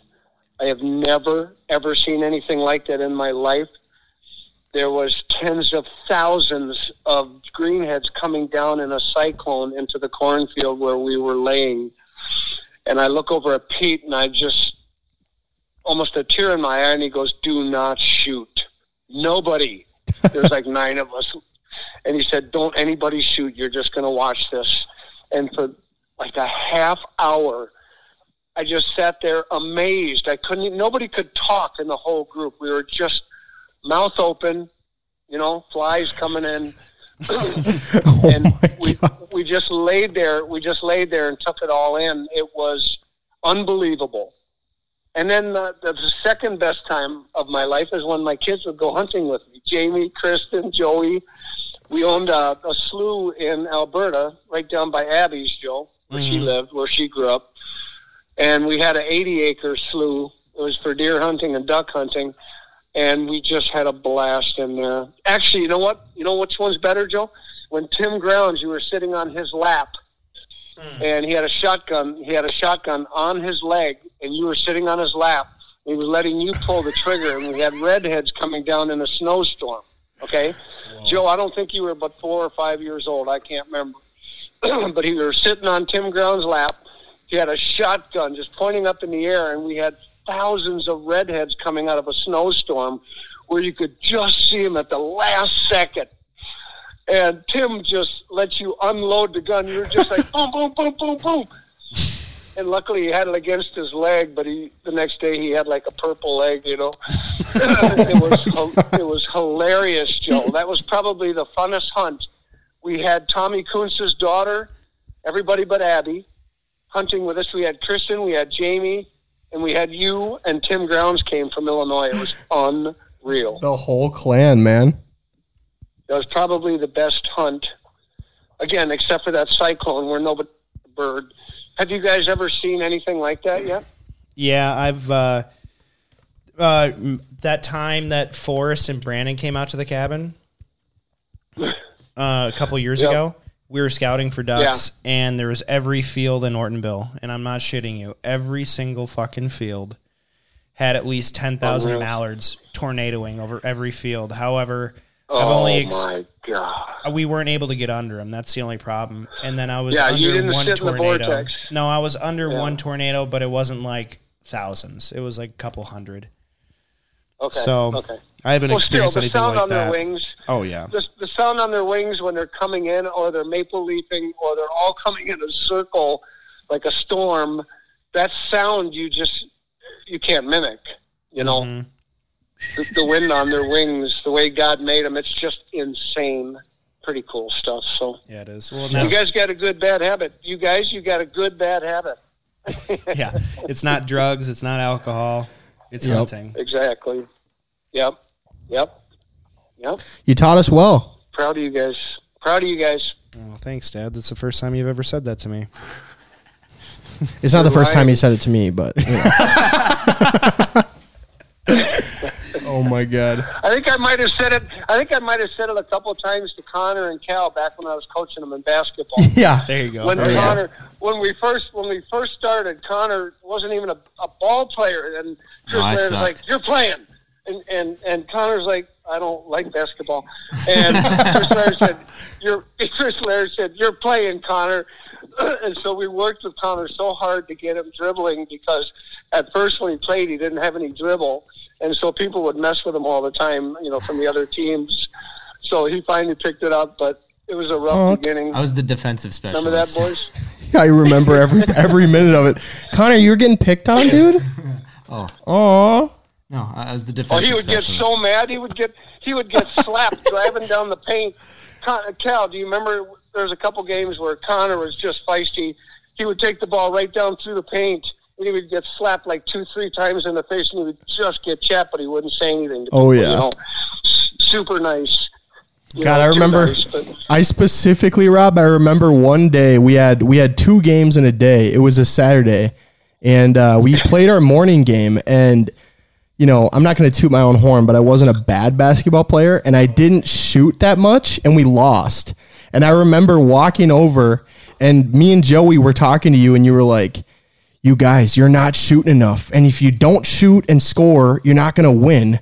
[SPEAKER 4] I have never, ever seen anything like that in my life. There was tens of thousands of greenheads coming down in a cyclone into the cornfield where we were laying and I look over at Pete and I just almost a tear in my eye and he goes, Do not shoot. Nobody. There's like nine of us. And he said, Don't anybody shoot. You're just gonna watch this. And for like a half hour I just sat there amazed. I couldn't nobody could talk in the whole group. We were just mouth open, you know, flies coming in.
[SPEAKER 1] Oh
[SPEAKER 4] and
[SPEAKER 1] my
[SPEAKER 4] we
[SPEAKER 1] God.
[SPEAKER 4] we just laid there we just laid there and took it all in it was unbelievable and then the, the, the second best time of my life is when my kids would go hunting with me jamie kristen joey we owned a, a slough in alberta right down by abby's joe where she
[SPEAKER 1] Mm-hmm.
[SPEAKER 4] lived where she grew up and we had an 80 acre slough it was for deer hunting and duck hunting and we just had a blast in there. Actually, you know what? You know which one's better, Joe? When Tim Grounds, you were sitting on his lap, and he had a shotgun. He had a shotgun on his leg, and you were sitting on his lap. He was letting you pull the trigger, and we had redheads coming down in a snowstorm. Okay, Joe, I don't think you were but four or five years old. I can't remember, but he was sitting on Tim Grounds' lap. He had a shotgun just pointing up in the air, and we had thousands of redheads coming out of a snowstorm where you could just see them at the last second. And Tim just let you unload the gun. You were just like boom, boom, boom, boom, boom. And luckily, he had it against his leg, but he the next day he had like a purple leg, you know. it was it was hilarious, Joe. That was probably the funnest hunt. We had Tommy Kuntz's daughter, everybody but Abby, hunting with us. We had Kristen, we had Jamie, and we had you and Tim Grounds came from Illinois. It was unreal.
[SPEAKER 1] The whole clan, man.
[SPEAKER 4] That was probably the best hunt. Again, except for that cyclone where nobody bird. Have you guys ever seen anything like that yet?
[SPEAKER 2] Yeah, I've uh, uh, m- that time that Forrest and Brandon came out to the cabin uh, a couple years
[SPEAKER 4] Yeah.
[SPEAKER 2] ago. We were scouting for ducks, and there was every field in Ortonville, and I'm not shitting you. Every single fucking field had at least ten thousand
[SPEAKER 4] Unreal.
[SPEAKER 2] mallards tornadoing over every field. However, I've
[SPEAKER 4] Oh
[SPEAKER 2] only ex-
[SPEAKER 4] my god!
[SPEAKER 2] we weren't able to get under them. That's the only problem. And then I was
[SPEAKER 4] Yeah,
[SPEAKER 2] under
[SPEAKER 4] you didn't
[SPEAKER 2] one
[SPEAKER 4] sit in the
[SPEAKER 2] tornado.
[SPEAKER 4] vortex.
[SPEAKER 2] no, I was under
[SPEAKER 4] Yeah.
[SPEAKER 2] one tornado, but it wasn't like thousands. It was like a couple hundred.
[SPEAKER 4] Okay,
[SPEAKER 2] So
[SPEAKER 4] okay.
[SPEAKER 2] I haven't
[SPEAKER 4] Well, still,
[SPEAKER 2] experienced
[SPEAKER 4] the
[SPEAKER 2] anything
[SPEAKER 4] sound
[SPEAKER 2] like
[SPEAKER 4] on
[SPEAKER 2] that.
[SPEAKER 4] their wings.
[SPEAKER 2] Oh yeah,
[SPEAKER 4] the, the sound on their wings when they're coming in, or they're maple leafing, or they're all coming in a circle like a storm. That sound you just you can't mimic. You know, the, the wind on their wings, the way God made them, it's just insane. Pretty cool stuff. So
[SPEAKER 2] yeah it is. Well,
[SPEAKER 4] you
[SPEAKER 2] that's-
[SPEAKER 4] guys got a good bad habit. You guys, you got a good bad habit.
[SPEAKER 2] yeah, it's not drugs, it's not alcohol, it's
[SPEAKER 1] Yep.
[SPEAKER 2] hunting.
[SPEAKER 4] Exactly. Yep. Yep. Yep.
[SPEAKER 1] You taught us well.
[SPEAKER 4] Proud of you guys. Proud of you guys.
[SPEAKER 2] Well, thanks, Dad. That's the first time you've ever said that to me.
[SPEAKER 1] It's not the first
[SPEAKER 4] right.
[SPEAKER 1] time you said it to me, but. You know. oh my God.
[SPEAKER 4] I think I might have said it. I think I might have said it a couple of times to Connor and Cal back when I was coaching them in basketball.
[SPEAKER 1] Yeah.
[SPEAKER 2] There you go.
[SPEAKER 4] When
[SPEAKER 2] There you go.
[SPEAKER 4] Connor, when we first when we first started, Connor wasn't even a, a ball player, and Chris
[SPEAKER 5] I
[SPEAKER 4] Laird was
[SPEAKER 5] sucked.
[SPEAKER 4] like, "You're playing," and and and Connor's like, "I don't like basketball," and Chris Laird said, "You're." Chris Laird said, "You're playing, Connor," and so we worked with Connor so hard to get him dribbling because at first when he played, he didn't have any dribble, and so people would mess with him all the time, you know, from the other teams. So he finally picked it up, but. It was a rough
[SPEAKER 1] Oh.
[SPEAKER 4] beginning.
[SPEAKER 5] I was the defensive specialist.
[SPEAKER 4] Remember that, boys?
[SPEAKER 1] I remember every every minute of it. Connor, you were getting picked on, dude?
[SPEAKER 5] Oh.
[SPEAKER 1] Aw.
[SPEAKER 5] No, I I was the
[SPEAKER 4] Oh,
[SPEAKER 5] defensive
[SPEAKER 4] he would get
[SPEAKER 5] specialist.
[SPEAKER 4] so mad. He would get he would get slapped driving down the paint. Con- Cal, do you remember? There's a couple games where Connor was just feisty. He would take the ball right down through the paint, and he would get slapped like two, three times in the face, and he would just get chapped, but he wouldn't say anything. To
[SPEAKER 1] Oh,
[SPEAKER 4] people,
[SPEAKER 1] yeah.
[SPEAKER 4] you know? S- super nice. you
[SPEAKER 1] God,
[SPEAKER 4] know,
[SPEAKER 1] I
[SPEAKER 4] two
[SPEAKER 1] remember-
[SPEAKER 4] guys, but-
[SPEAKER 1] I specifically, Rob, I remember one day we had we had two games in a day. It was a Saturday, and uh, we played our morning game. And you know, I'm not going to toot my own horn, but I wasn't a bad basketball player, and I didn't shoot that much, and we lost. And I remember walking over, and me and Joey were talking to you, and you were like, "You guys, you're not shooting enough, and if you don't shoot and score, you're not going to win."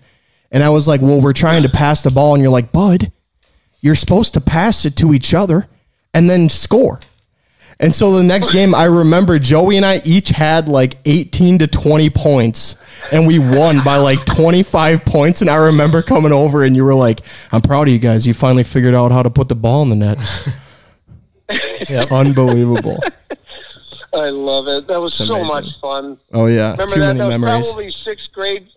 [SPEAKER 1] And I was like, "Well, we're trying to pass the ball," and you're like, "Bud." you're supposed to pass it to each other and then score. And so the next game, I remember Joey and I each had like 18 to 20 points, and we won by like 25 points. And I remember coming over, and you were like, I'm proud of you guys. You finally figured out how to put the ball in the net. Unbelievable.
[SPEAKER 4] I love it. That was so
[SPEAKER 1] amazing.
[SPEAKER 4] much fun.
[SPEAKER 1] Oh, yeah.
[SPEAKER 4] Remember
[SPEAKER 1] Too
[SPEAKER 4] that?
[SPEAKER 1] many
[SPEAKER 4] that was
[SPEAKER 1] memories.
[SPEAKER 4] probably sixth grade.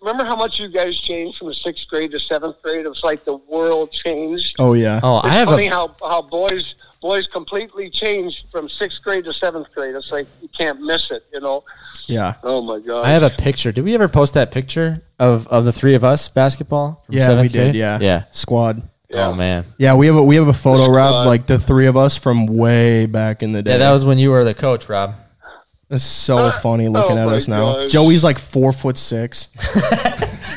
[SPEAKER 4] Remember how much you guys changed from sixth grade to seventh grade? It was like the world changed.
[SPEAKER 1] oh, yeah.
[SPEAKER 3] Oh, I
[SPEAKER 4] it's
[SPEAKER 3] have
[SPEAKER 4] funny
[SPEAKER 3] a
[SPEAKER 4] how how boys boys completely changed from sixth grade to seventh grade. It's like you can't miss it. You know.
[SPEAKER 1] Yeah.
[SPEAKER 4] Oh my god.
[SPEAKER 3] I have a picture. Did we ever post that picture of, of the three of us basketball? from
[SPEAKER 1] Yeah, we
[SPEAKER 3] seventh
[SPEAKER 1] did.
[SPEAKER 3] grade?
[SPEAKER 1] Yeah.
[SPEAKER 3] yeah.
[SPEAKER 1] Squad.
[SPEAKER 4] Yeah.
[SPEAKER 3] Oh man.
[SPEAKER 1] Yeah, we have a we have a photo, Rob,
[SPEAKER 4] Squad.
[SPEAKER 1] like the three of us from way back in the day.
[SPEAKER 3] Yeah, that was when you were the coach, Rob.
[SPEAKER 1] It's so funny looking
[SPEAKER 4] oh
[SPEAKER 1] at
[SPEAKER 4] my
[SPEAKER 1] us now.
[SPEAKER 4] gosh.
[SPEAKER 1] Joey's like four foot six.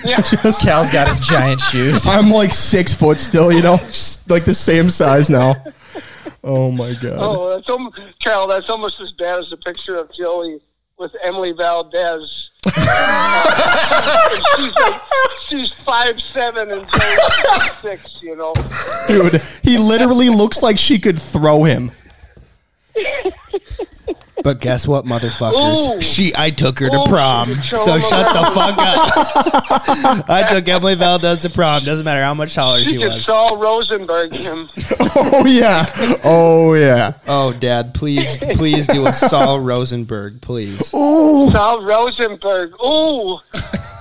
[SPEAKER 4] yeah.
[SPEAKER 3] Cal's got his giant shoes.
[SPEAKER 1] I'm like six foot still, you know, just like the same size now. Oh my god.
[SPEAKER 4] Oh, that's almost, Carol. That's almost as bad as the picture of Joey with Emily Valdez. she's, like, she's five seven and Joey's five six. You know.
[SPEAKER 1] Dude, he literally looks like she could throw him.
[SPEAKER 2] But guess what, motherfuckers?
[SPEAKER 4] Ooh.
[SPEAKER 2] She, I took her to
[SPEAKER 4] Ooh,
[SPEAKER 2] prom.
[SPEAKER 4] you throw
[SPEAKER 2] So
[SPEAKER 4] them
[SPEAKER 2] shut the
[SPEAKER 4] around.
[SPEAKER 2] fuck up. I took Emily Valdez to prom. Doesn't matter how much taller she
[SPEAKER 4] You could
[SPEAKER 2] was.
[SPEAKER 4] Saul Rosenberg him.
[SPEAKER 1] Oh yeah. Oh yeah.
[SPEAKER 2] Oh, Dad, please, please do a Saul Rosenberg, please.
[SPEAKER 1] Oh
[SPEAKER 4] Saul Rosenberg. Ooh.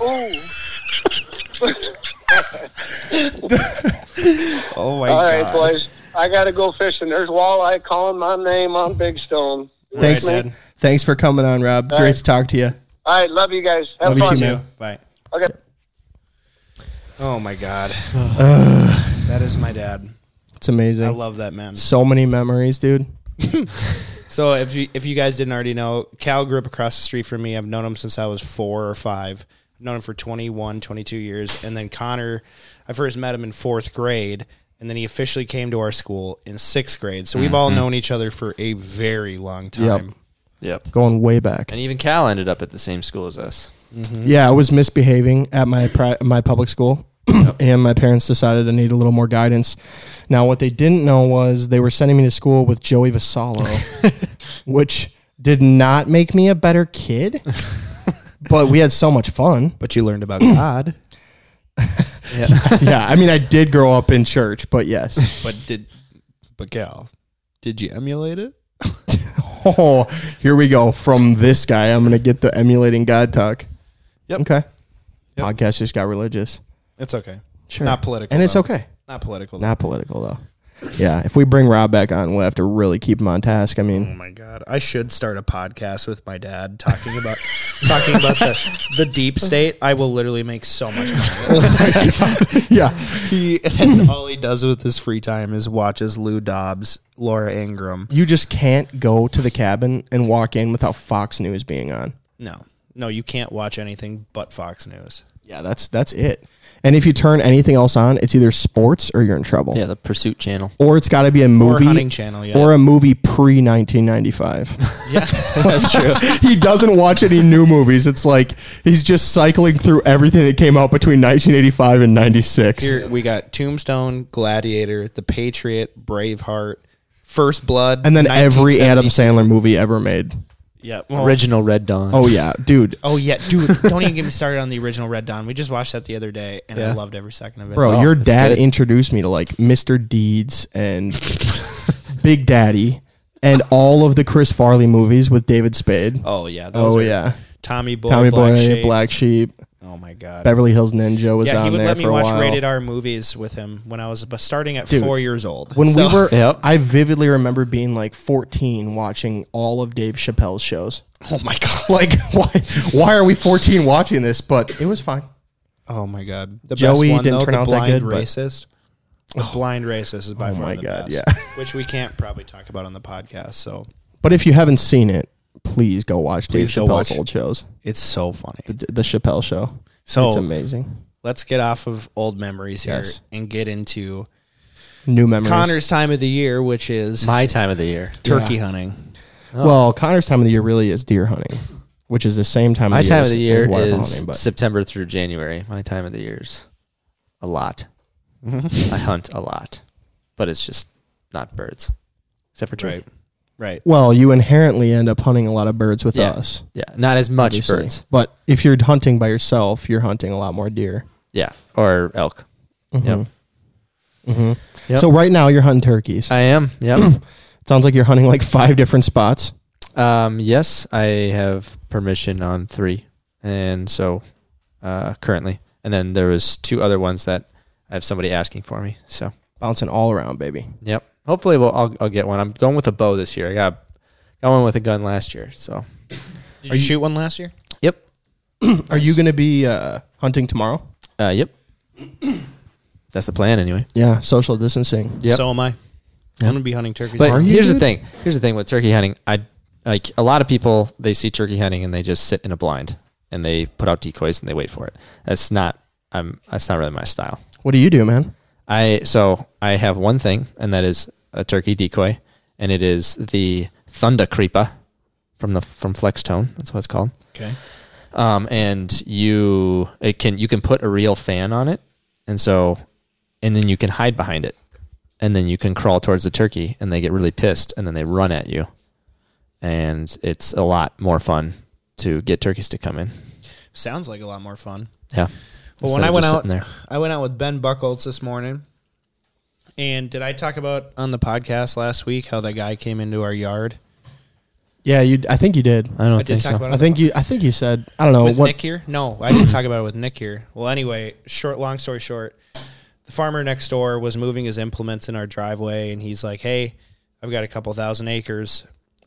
[SPEAKER 4] Ooh.
[SPEAKER 2] Oh my
[SPEAKER 4] All right,
[SPEAKER 2] god.
[SPEAKER 4] boys. I got to go fishing. There's walleye calling my name on Big Stone.
[SPEAKER 1] thanks.
[SPEAKER 2] All right, Dad.
[SPEAKER 1] thanks for coming on, Rob. Great
[SPEAKER 4] right.
[SPEAKER 1] to talk to you.
[SPEAKER 4] All right. Love you guys. Have
[SPEAKER 1] Love you
[SPEAKER 4] fun.
[SPEAKER 1] too,
[SPEAKER 2] Two. Bye.
[SPEAKER 4] Okay.
[SPEAKER 2] Oh my god. that is my dad.
[SPEAKER 1] It's
[SPEAKER 2] I
[SPEAKER 1] amazing.
[SPEAKER 2] love that man.
[SPEAKER 1] So many memories, dude.
[SPEAKER 2] So if you if you guys didn't already know, Cal grew up across the street from me. I've known him since I was four or five. I've known him for 21, 22 years. And then Connor, I first met him in fourth grade, and then he officially came to our school in sixth grade. So we've
[SPEAKER 4] Mm-hmm.
[SPEAKER 2] all known each other for a very long time.
[SPEAKER 3] Yep.
[SPEAKER 1] Going way back.
[SPEAKER 3] And even Cal ended up at the same school as us.
[SPEAKER 1] Yeah, I was misbehaving at my pri- my public school, and my parents decided I need a little more guidance. Now, what they didn't know was they were sending me to school with Joey Vassallo, which did not make me a better kid. But we had so much fun.
[SPEAKER 2] But you learned about God.
[SPEAKER 1] Yeah, I mean, I did grow up in church, but yes.
[SPEAKER 2] But did but Cal, did you emulate it?
[SPEAKER 1] Oh, here we go. From this guy, I'm going to get the emulating God talk.
[SPEAKER 2] Yep.
[SPEAKER 1] Okay.
[SPEAKER 2] Yep.
[SPEAKER 1] Podcast just got religious.
[SPEAKER 2] It's okay.
[SPEAKER 1] Sure.
[SPEAKER 2] Not political.
[SPEAKER 1] And it's
[SPEAKER 2] though.
[SPEAKER 1] okay.
[SPEAKER 2] Not political.
[SPEAKER 1] Not political though. Yeah, if we bring Rob back on, we'll have to really keep him on task. I
[SPEAKER 2] Oh
[SPEAKER 1] mean,
[SPEAKER 2] my god! I should start a podcast with my dad talking about talking about the, the deep state. I will literally make so much money.
[SPEAKER 1] yeah,
[SPEAKER 2] he, that's all he does with his free time is watches Lou Dobbs, Laura Ingram.
[SPEAKER 1] you just can't go to the cabin and walk in without Fox News being on.
[SPEAKER 2] No, no, you can't watch anything but Fox News.
[SPEAKER 1] Yeah, that's that's it. And if you turn anything else on, it's either sports or you're in trouble.
[SPEAKER 3] Yeah, the Pursuit Channel.
[SPEAKER 1] Or it's got to be a movie
[SPEAKER 2] Hunting Channel, yeah.
[SPEAKER 1] or a movie pre 1995.
[SPEAKER 2] Yeah, that's true.
[SPEAKER 1] he doesn't watch any new movies. It's like he's just cycling through everything that came out between 1985 and 96.
[SPEAKER 2] Here we got Tombstone, Gladiator, The Patriot, Braveheart, First Blood,
[SPEAKER 1] and then every
[SPEAKER 2] 1970
[SPEAKER 1] Adam Sandler movie ever made.
[SPEAKER 2] Yeah, well-
[SPEAKER 3] Original Red Dawn.
[SPEAKER 1] Oh yeah, dude.
[SPEAKER 2] Oh yeah, dude! Don't even get me started on the original Red Dawn. We just watched that the other day, and I
[SPEAKER 3] Yeah.
[SPEAKER 2] loved every second of it.
[SPEAKER 1] Bro, your
[SPEAKER 3] that's
[SPEAKER 1] dad
[SPEAKER 3] good.
[SPEAKER 1] introduced me to like Mr. Deeds and Big Daddy and all of the Chris Farley movies with David Spade.
[SPEAKER 2] Oh yeah. Those
[SPEAKER 1] Oh
[SPEAKER 2] are
[SPEAKER 1] yeah,
[SPEAKER 2] Tommy Boy.
[SPEAKER 1] Tommy
[SPEAKER 2] Black
[SPEAKER 1] Boy,
[SPEAKER 2] Sheep.
[SPEAKER 1] Black Sheep,
[SPEAKER 2] Oh my god.
[SPEAKER 1] Beverly Hills Ninja was
[SPEAKER 2] yeah,
[SPEAKER 1] on
[SPEAKER 2] he would
[SPEAKER 1] there
[SPEAKER 2] let me
[SPEAKER 1] for a
[SPEAKER 2] watch
[SPEAKER 1] while.
[SPEAKER 2] rated R movies with him when I was ab- starting at
[SPEAKER 1] Dude,
[SPEAKER 2] four years old.
[SPEAKER 1] when
[SPEAKER 2] So-
[SPEAKER 1] we were,
[SPEAKER 3] Yep.
[SPEAKER 1] I vividly remember being like 14, watching all of Dave Chappelle's shows.
[SPEAKER 2] oh my god,
[SPEAKER 1] Like, why? Why are we 14 watching this? But it was fine.
[SPEAKER 2] oh my god, the
[SPEAKER 1] Joey
[SPEAKER 2] best one,
[SPEAKER 1] didn't
[SPEAKER 2] though,
[SPEAKER 1] turn
[SPEAKER 2] the
[SPEAKER 1] out that
[SPEAKER 2] blind
[SPEAKER 1] good, but-
[SPEAKER 2] Racist. The blind racist is by
[SPEAKER 1] Oh
[SPEAKER 2] far
[SPEAKER 1] my
[SPEAKER 2] the
[SPEAKER 1] God,
[SPEAKER 2] best,
[SPEAKER 1] yeah.
[SPEAKER 2] which we can't probably talk about on the podcast. So
[SPEAKER 1] But if you haven't seen it, please go watch Dave
[SPEAKER 2] Please go
[SPEAKER 1] Chappelle's
[SPEAKER 2] watch.
[SPEAKER 1] old shows.
[SPEAKER 2] it's so funny.
[SPEAKER 1] The, the Chappelle Show.
[SPEAKER 2] So
[SPEAKER 1] it's amazing.
[SPEAKER 2] let's get off of old memories here
[SPEAKER 1] Yes.
[SPEAKER 2] and get into
[SPEAKER 1] New memories.
[SPEAKER 2] Connor's time of the year, which is
[SPEAKER 3] My time of the year.
[SPEAKER 2] turkey hunting.
[SPEAKER 3] Oh.
[SPEAKER 1] Well, Connor's time of the year really is deer hunting, which is the same time.
[SPEAKER 3] My
[SPEAKER 1] of the
[SPEAKER 3] time
[SPEAKER 1] year
[SPEAKER 3] of
[SPEAKER 1] as
[SPEAKER 3] the year
[SPEAKER 1] waterfowl
[SPEAKER 3] is
[SPEAKER 1] hunting, but-
[SPEAKER 3] September through January. My time of the year's a lot. I hunt a lot, but it's just not birds, except for turkey.
[SPEAKER 2] Right. Right.
[SPEAKER 1] well, you inherently end up hunting a lot of birds with
[SPEAKER 3] Yeah.
[SPEAKER 1] us,
[SPEAKER 3] Yeah, not as much
[SPEAKER 1] obviously.
[SPEAKER 3] birds.
[SPEAKER 1] But if you're hunting by yourself, you're hunting a lot more deer. Mm-hmm.
[SPEAKER 3] Yeah, or elk. Yep. Yep.
[SPEAKER 1] So right now you're hunting turkeys.
[SPEAKER 3] I am. Yep.
[SPEAKER 1] Sounds like you're hunting like five different spots.
[SPEAKER 3] um, yes, I have permission on three, and so uh, currently, and then there was two other ones that I have somebody asking for me. So
[SPEAKER 1] bouncing all around, baby.
[SPEAKER 3] yep. Hopefully, we'll I'll, I'll get one. I'm going with a bow this year. I got got one with a gun last year. So
[SPEAKER 2] Did you, shoot one last year?
[SPEAKER 3] yep.
[SPEAKER 1] Are you going to be uh, hunting tomorrow?
[SPEAKER 3] Uh, yep. That's the plan anyway.
[SPEAKER 1] Yeah, social distancing.
[SPEAKER 3] Yep.
[SPEAKER 2] So am I. I'm gonna be hunting turkeys.
[SPEAKER 3] But
[SPEAKER 1] Are you,
[SPEAKER 3] here's the
[SPEAKER 1] dude?
[SPEAKER 3] thing. Here's the thing with turkey hunting. I like a lot of people. They see turkey hunting and they just sit in a blind and they put out decoys and they wait for it. That's not. I'm. That's not really my style.
[SPEAKER 1] What do you do, man?
[SPEAKER 3] I so I have one thing and that is a turkey decoy and it is the Thunder Creeper from the from Flextone. That's what it's called.
[SPEAKER 2] okay.
[SPEAKER 3] um, and you it can you can put a real fan on it, and so and then you can hide behind it, and then you can crawl towards the turkey, and they get really pissed, and then they run at you, and it's a lot more fun to get turkeys to come in.
[SPEAKER 2] Sounds like a lot more fun.
[SPEAKER 3] Yeah.
[SPEAKER 2] Well,
[SPEAKER 3] Instead
[SPEAKER 2] when
[SPEAKER 3] of
[SPEAKER 2] I went
[SPEAKER 3] just
[SPEAKER 2] out,
[SPEAKER 3] sitting there,
[SPEAKER 2] I went out with Ben Buckholz this morning. And did I talk about on the podcast last week how that guy came into our yard?
[SPEAKER 1] Yeah, you. I think you did.
[SPEAKER 3] I don't
[SPEAKER 2] I did
[SPEAKER 3] think
[SPEAKER 2] talk
[SPEAKER 3] so.
[SPEAKER 2] about it.
[SPEAKER 1] I think you. I think you said. I don't know
[SPEAKER 2] with
[SPEAKER 1] what.
[SPEAKER 2] Nick here? No, I didn't talk about it with Nick here. Well, anyway, short, long story short, the farmer next door was moving his implements in our driveway, and he's like, "Hey, I've got a couple thousand acres,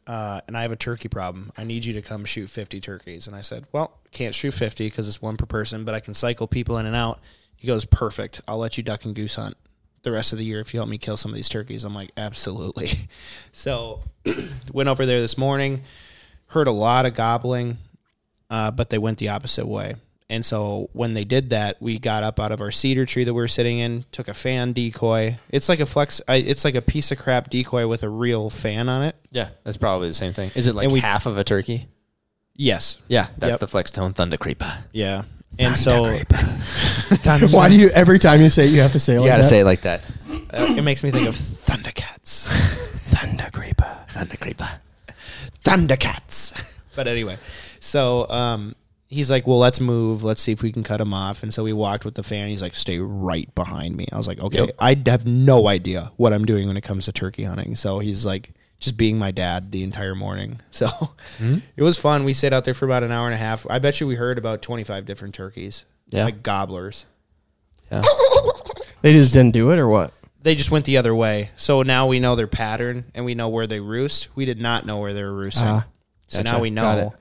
[SPEAKER 2] uh, and I have a turkey problem. I need you to come shoot fifty turkeys." And I said, "Well, can't shoot fifty because it's one per person, but I can cycle people in and out." He goes, "Perfect. I'll let you duck and goose hunt." The rest of the year, if you help me kill some of these turkeys, I'm like, absolutely. So, went over there this morning, heard a lot of gobbling uh, but they went the opposite way. And so when they did that, we got up out of our cedar tree that we were sitting in, took a fan decoy. It's like a flex. I- It's like a piece of crap decoy with a real fan on it.
[SPEAKER 3] Yeah, that's probably the same thing. Is it like
[SPEAKER 2] And we-
[SPEAKER 3] half of a turkey?
[SPEAKER 2] Yes.
[SPEAKER 3] Yeah, that's
[SPEAKER 2] Yep.
[SPEAKER 3] the Flextone Thunder Creeper.
[SPEAKER 2] Yeah. And so
[SPEAKER 1] Why do you every time you say it, you have to say it
[SPEAKER 3] You
[SPEAKER 1] like
[SPEAKER 3] gotta
[SPEAKER 1] that?
[SPEAKER 3] say it like that.
[SPEAKER 2] uh, it makes me think of Thundercats.
[SPEAKER 3] Thunder Creeper. Thunder Creeper.
[SPEAKER 2] Thundercats. but anyway, so um, he's like, well, let's move. Let's see if we can cut him off. And so we walked with the fan. He's like, stay right behind me. I was like, okay,
[SPEAKER 3] Yep.
[SPEAKER 2] I have no idea what I'm doing when it comes to turkey hunting. So he's like, just being my dad the entire morning. So
[SPEAKER 3] Hmm?
[SPEAKER 2] it was fun. We sat out there for about an hour and a half. I bet you we heard about 25 different turkeys.
[SPEAKER 3] Yeah.
[SPEAKER 2] Like gobblers.
[SPEAKER 1] They just didn't do it or what?
[SPEAKER 2] They just went the other way. So now we know their pattern and we know where they roost. We did not know where they were roosting.
[SPEAKER 1] Ah,
[SPEAKER 2] so
[SPEAKER 3] gotcha.
[SPEAKER 2] now we
[SPEAKER 3] Got
[SPEAKER 2] know.
[SPEAKER 3] it.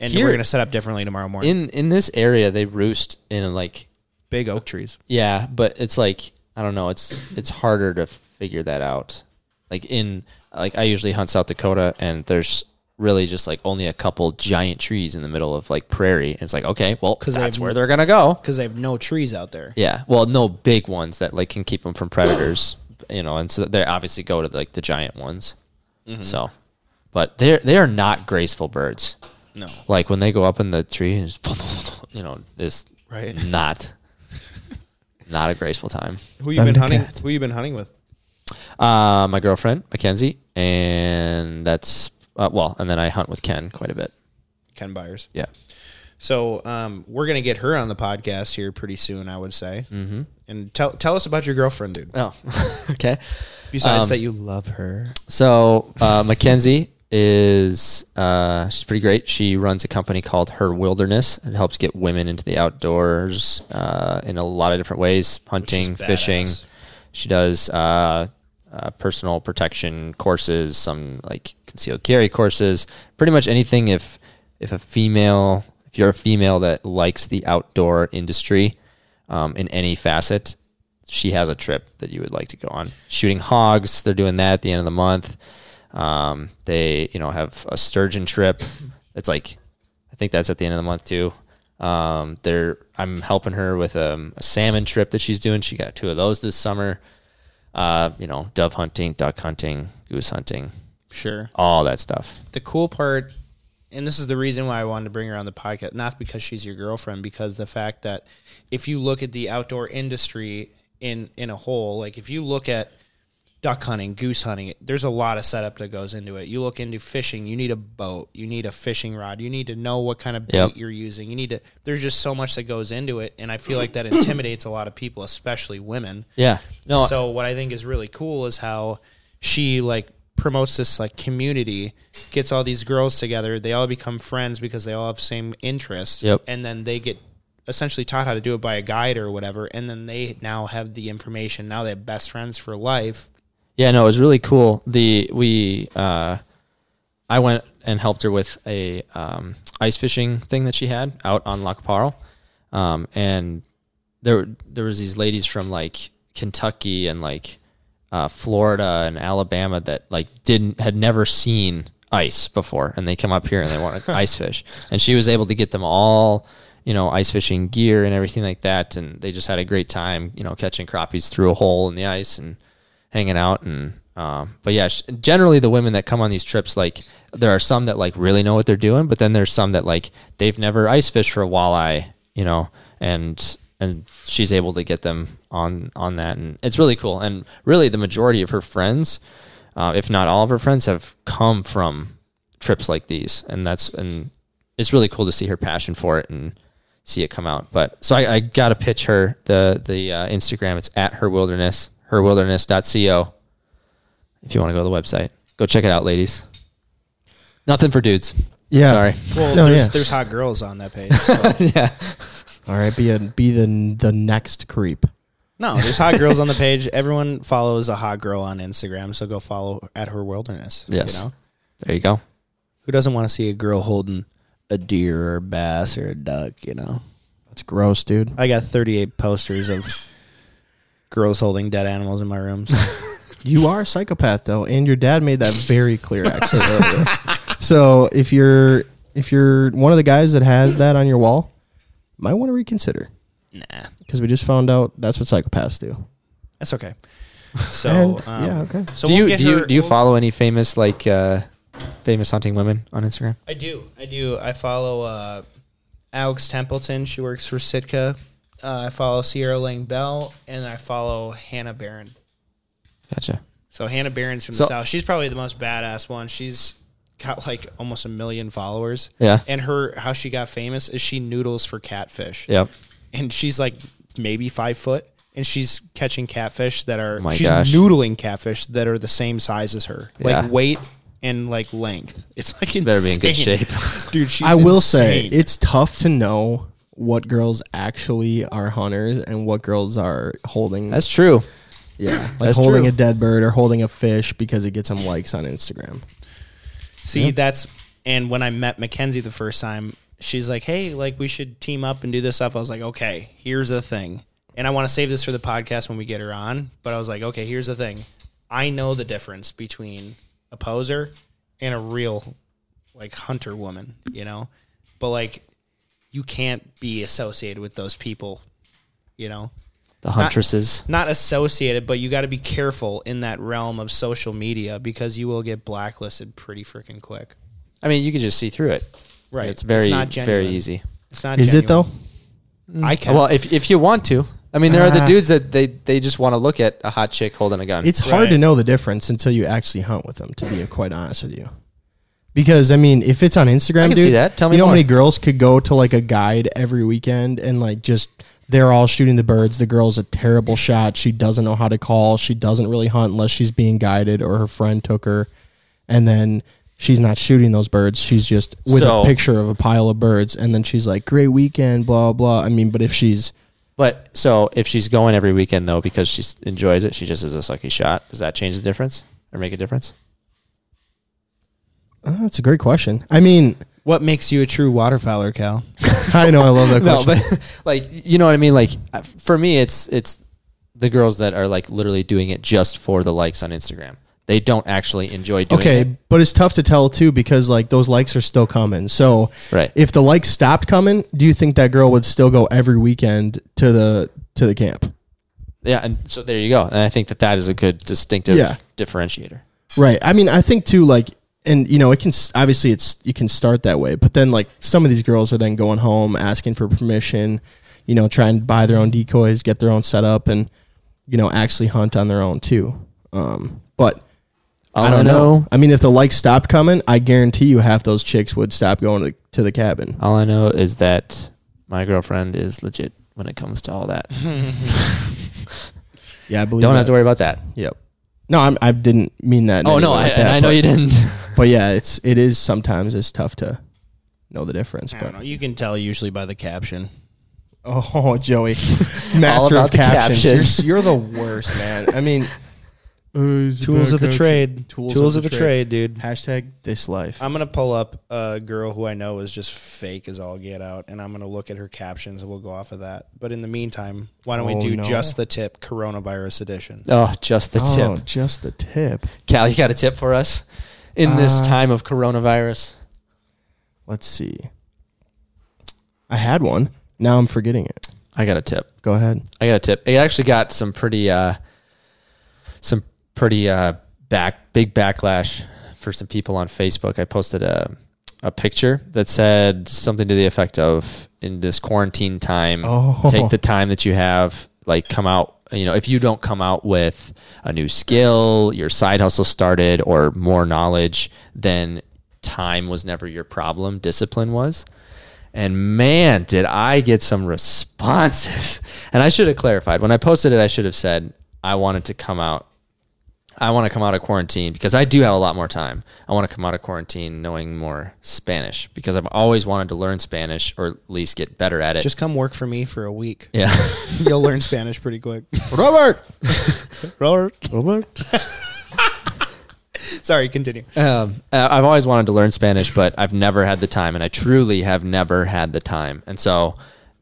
[SPEAKER 2] And
[SPEAKER 3] Here-
[SPEAKER 2] we're going to set up differently tomorrow morning.
[SPEAKER 3] In in this area, they roost in like
[SPEAKER 2] big oak trees.
[SPEAKER 3] Yeah, but it's like I don't know. It's it's harder to figure that out. Like in like I usually hunt South Dakota, and there's really just like only a couple giant trees in the middle of like prairie. And it's like okay, well,
[SPEAKER 2] 'Cause
[SPEAKER 3] because
[SPEAKER 2] they
[SPEAKER 3] that's
[SPEAKER 2] have-
[SPEAKER 3] where they're gonna go.
[SPEAKER 2] because they have no trees out there.
[SPEAKER 3] Yeah, well, no big ones that like can keep them from predators, you know. And so they obviously go to like the giant ones. So, but they're they are not graceful birds.
[SPEAKER 2] No.
[SPEAKER 3] Like when they go up in the tree, and just, you know, it's
[SPEAKER 2] Right.
[SPEAKER 3] not not a graceful time.
[SPEAKER 2] Who you been hunting?
[SPEAKER 1] Thundercat.
[SPEAKER 2] Who you been hunting with?
[SPEAKER 3] Uh, my girlfriend Mackenzie, and that's uh, well, and then I hunt with Ken quite a bit.
[SPEAKER 2] Ken Byers.
[SPEAKER 3] Yeah,
[SPEAKER 2] So um, we're gonna get her on the podcast here pretty soon, I would say. Mm-hmm. And tell tell us about your girlfriend, dude.
[SPEAKER 3] Oh, okay. Um,
[SPEAKER 2] Besides that, you love her.
[SPEAKER 3] So uh, Mackenzie is uh, she's pretty great. She runs a company called Her Wilderness. It helps get women into the outdoors uh, in a lot of different ways: hunting,
[SPEAKER 2] badass.
[SPEAKER 3] fishing. She does uh, uh, personal protection courses, some like concealed carry courses, pretty much anything. If if a female, if you're a female that likes the outdoor industry um, in any facet, she has a trip that you would like to go on. Shooting hogs, they're doing that at the end of the month. Um, they, you know, have a sturgeon trip. It's like, I think that's at the end of the month too. Um, they're, I'm helping her with um, a salmon trip that she's doing. She got two of those this summer. Uh, you know, dove hunting, duck hunting, goose hunting,
[SPEAKER 2] Sure.
[SPEAKER 3] all that stuff.
[SPEAKER 2] the cool part, and this is the reason why I wanted to bring her on the podcast, not because she's your girlfriend, because the fact that if you look at the outdoor industry in in a whole, like if you look at duck hunting, goose hunting, there's a lot of setup that goes into it. You look into fishing, you need a boat, you need a fishing rod, you need to know what kind of bait
[SPEAKER 3] Yep.
[SPEAKER 2] you're using. You need to there's just so much that goes into it and I feel like that intimidates a lot of people, especially women.
[SPEAKER 3] Yeah. No,
[SPEAKER 2] So what I think is really cool is how she like promotes this like community, gets all these girls together. They all become friends because they all have same interests.
[SPEAKER 3] Yep.
[SPEAKER 2] And then they get essentially taught how to do it by a guide or whatever. And then they now have the information. Now they have best friends for life.
[SPEAKER 3] Yeah, no, it was really cool. The we uh, I went and helped her with a um, ice fishing thing that she had out on Loch Parle, um, and there there was these ladies from like Kentucky and like uh, Florida and Alabama that like didn't had never seen ice before, and they come up here and they want to ice fish, and she was able to get them all you know ice fishing gear and everything like that, and they just had a great time you know catching crappies through a hole in the ice and hanging out and um, but yeah sh- generally the women that come on these trips like there are some that like really know what they're doing but then there's some that like they've never ice fished for a walleye you know and and she's able to get them on on that and it's really cool and really the majority of her friends uh, if not all of her friends have come from trips like these and that's and it's really cool to see her passion for it and see it come out but so i, I gotta pitch her the the uh, instagram it's at her wilderness herwilderness.co if you want to go to the website go check it out ladies nothing for dudes
[SPEAKER 1] Yeah.
[SPEAKER 3] sorry
[SPEAKER 2] Well,
[SPEAKER 1] No,
[SPEAKER 2] there's,
[SPEAKER 1] yeah.
[SPEAKER 2] there's hot girls on that page. so-
[SPEAKER 3] yeah
[SPEAKER 1] All right, be a, be the the next creep.
[SPEAKER 2] no, there's hot girls on the page. Everyone follows a hot girl on Instagram. So go follow at her wilderness.
[SPEAKER 3] Yes.
[SPEAKER 2] You know?
[SPEAKER 3] there you go
[SPEAKER 2] Who doesn't want to see a girl holding a deer or a bass or a duck, you know?
[SPEAKER 1] That's gross, dude.
[SPEAKER 2] I got 38 posters of girls holding dead animals in my rooms.
[SPEAKER 1] You are a psychopath though, and your dad made that very clear actually. earlier. So if you're if you're one of the guys that has that on your wall, might want to reconsider
[SPEAKER 2] nah,
[SPEAKER 1] because we just found out that's what psychopaths do.
[SPEAKER 2] that's okay. So
[SPEAKER 1] And-
[SPEAKER 2] um,
[SPEAKER 1] yeah, okay.
[SPEAKER 2] So
[SPEAKER 3] do
[SPEAKER 2] we'll
[SPEAKER 3] you
[SPEAKER 2] get
[SPEAKER 3] do you
[SPEAKER 2] her-
[SPEAKER 3] do you
[SPEAKER 2] we'll-
[SPEAKER 3] follow any famous like uh famous hunting women on instagram
[SPEAKER 2] I do. I do. I follow uh, Alex Templeton. She works for Sitka. Uh, I follow Sierra Lang Bell, and I follow Hannah Barron.
[SPEAKER 3] gotcha
[SPEAKER 2] So Hannah Barron's from
[SPEAKER 3] So-
[SPEAKER 2] the South. She's probably the most badass one. She's got like almost a million followers.
[SPEAKER 3] Yeah.
[SPEAKER 2] And her how she got famous is she noodles for catfish.
[SPEAKER 3] yep
[SPEAKER 2] and she's like maybe five foot, and she's catching catfish that are
[SPEAKER 3] Oh my
[SPEAKER 2] she's
[SPEAKER 3] gosh.
[SPEAKER 2] noodling catfish that are the same size as her,
[SPEAKER 3] Yeah.
[SPEAKER 2] like weight and like length. It's like insane.
[SPEAKER 3] better be in good shape.
[SPEAKER 2] dude. She's
[SPEAKER 1] I will say
[SPEAKER 2] insane.
[SPEAKER 1] it's tough to know what girls actually are hunters and what girls are holding
[SPEAKER 3] that's true
[SPEAKER 1] yeah like
[SPEAKER 3] that's
[SPEAKER 1] holding
[SPEAKER 3] true.
[SPEAKER 1] a dead bird or holding a fish because it gets them likes on Instagram.
[SPEAKER 2] See, that's and when I met Mackenzie the first time, she's like, "Hey, like we should team up and do this stuff." I was like, "Okay, here's the thing," and I want to save this for the podcast when we get her on. But I was like, "Okay, here's the thing. I know the difference between a poser and a real like hunter woman, you know, but like you can't be associated with those people, you know."
[SPEAKER 3] the huntresses
[SPEAKER 2] not associated, but you got to be careful in that realm of social media because you will get blacklisted pretty freaking quick.
[SPEAKER 3] i mean you could just see through it
[SPEAKER 2] Right.
[SPEAKER 3] it's very very
[SPEAKER 2] genuine.
[SPEAKER 3] easy
[SPEAKER 2] It's not.
[SPEAKER 1] Is it though?
[SPEAKER 2] genuine. I can.
[SPEAKER 3] well if, if you want to i mean there are the
[SPEAKER 1] Ah.
[SPEAKER 3] dudes that they they just want to look at a hot chick holding a gun
[SPEAKER 1] It's hard to
[SPEAKER 2] Right.
[SPEAKER 1] know the difference until you actually hunt with them. To be quite honest with you, because I mean, if it's on Instagram,
[SPEAKER 3] I can
[SPEAKER 1] dude,
[SPEAKER 3] see that. Tell me
[SPEAKER 1] you know
[SPEAKER 3] more.
[SPEAKER 1] how many girls could go to like a guide every weekend and like just they're all shooting the birds. The girl's a terrible shot. She doesn't know how to call. She doesn't really hunt unless she's being guided or her friend took her, and then. She's not shooting those birds. She's just with
[SPEAKER 3] So-
[SPEAKER 1] a picture of a pile of birds, and then she's like, "Great weekend, blah blah." I mean, but if she's
[SPEAKER 3] But so if she's going every weekend though because she s- enjoys it, she just is a sucky shot. Does that change the difference or make a difference?
[SPEAKER 1] oh, that's a great question. I mean,
[SPEAKER 2] what makes you a true waterfowler, Cal?
[SPEAKER 1] I know I love that question.
[SPEAKER 3] No, but like you know what I mean. Like uh, for me, it's it's the girls that are like literally doing it just for the likes on Instagram. They don't actually enjoy doing
[SPEAKER 1] Okay,
[SPEAKER 3] it.
[SPEAKER 1] but it's tough to tell too because like those likes are still coming. So
[SPEAKER 3] Right.
[SPEAKER 1] if the likes stopped coming, do you think that girl would still go every weekend to the to the camp?
[SPEAKER 3] Yeah, and so there you go. And I think that that is a good distinctive
[SPEAKER 1] Yeah.
[SPEAKER 3] differentiator.
[SPEAKER 1] Right. I mean, I think too like and you know, it can s- obviously it's you can start that way, but then like some of these girls are then going home asking for permission, you know, try and buy their own decoys, get their own setup and you know, actually hunt on their own too. Um, but
[SPEAKER 3] All
[SPEAKER 1] I don't know. I mean, if the likes stopped coming, I guarantee you half those chicks would stop going to, to the cabin.
[SPEAKER 3] All I know is that my girlfriend is legit when it comes to all that.
[SPEAKER 1] Yeah, I believe.
[SPEAKER 3] Don't
[SPEAKER 1] that.
[SPEAKER 3] have to worry about that.
[SPEAKER 1] Yep. No, I'm, I didn't mean that. in
[SPEAKER 3] Oh
[SPEAKER 1] any
[SPEAKER 3] no,
[SPEAKER 1] way
[SPEAKER 3] I,
[SPEAKER 1] like
[SPEAKER 3] and
[SPEAKER 1] that,
[SPEAKER 3] I know
[SPEAKER 1] but,
[SPEAKER 3] you didn't.
[SPEAKER 1] But yeah, it's it is sometimes it's tough to know the difference.
[SPEAKER 2] I don't know.
[SPEAKER 1] But
[SPEAKER 2] You can tell usually by the caption.
[SPEAKER 1] oh, Joey, master
[SPEAKER 3] about
[SPEAKER 1] of
[SPEAKER 3] the
[SPEAKER 1] captions,
[SPEAKER 3] captions.
[SPEAKER 1] You're, you're the worst, man. I mean,
[SPEAKER 2] Tools of the trade.
[SPEAKER 1] Tools
[SPEAKER 2] Tools,
[SPEAKER 1] of the
[SPEAKER 2] of the,
[SPEAKER 1] trade.
[SPEAKER 2] trade. dude.
[SPEAKER 1] hashtag this life.
[SPEAKER 2] I'm gonna pull up a girl who I know is just fake as all get out, and I'm gonna look at her captions and we'll go off of that. But in the meantime, why don't
[SPEAKER 1] Oh,
[SPEAKER 2] we do
[SPEAKER 1] no.
[SPEAKER 2] just the tip coronavirus edition?
[SPEAKER 3] Oh, just the
[SPEAKER 1] oh,
[SPEAKER 3] tip.
[SPEAKER 1] just the tip.
[SPEAKER 3] Cal, you got a tip for us in this
[SPEAKER 1] Uh,
[SPEAKER 3] time of coronavirus?
[SPEAKER 1] Let's see. I had one. Now I'm forgetting it.
[SPEAKER 3] I got a tip.
[SPEAKER 1] Go ahead.
[SPEAKER 3] I got a tip. It actually got some pretty, uh, some pretty uh, back big backlash for some people on Facebook. I posted a a picture that said something to the effect of, "In this quarantine time,
[SPEAKER 1] Oh.
[SPEAKER 3] take the time that you have, like come out." You know, if you don't come out with a new skill, your side hustle started, or more knowledge, then time was never your problem. Discipline was. And man, did I get some responses. And I should have clarified. When I posted it, I should have said, I wanted to come out. I want to come out of quarantine because I do have a lot more time. I want to come out of quarantine knowing more Spanish because I've always wanted to learn Spanish or at least get better at it.
[SPEAKER 2] Just come work for me for a week.
[SPEAKER 3] yeah.
[SPEAKER 2] You'll learn Spanish pretty quick.
[SPEAKER 1] Robert.
[SPEAKER 2] Robert. Sorry, continue.
[SPEAKER 3] Um, uh, I've always wanted to learn Spanish, but I've never had the time, and I truly have never had the time. And so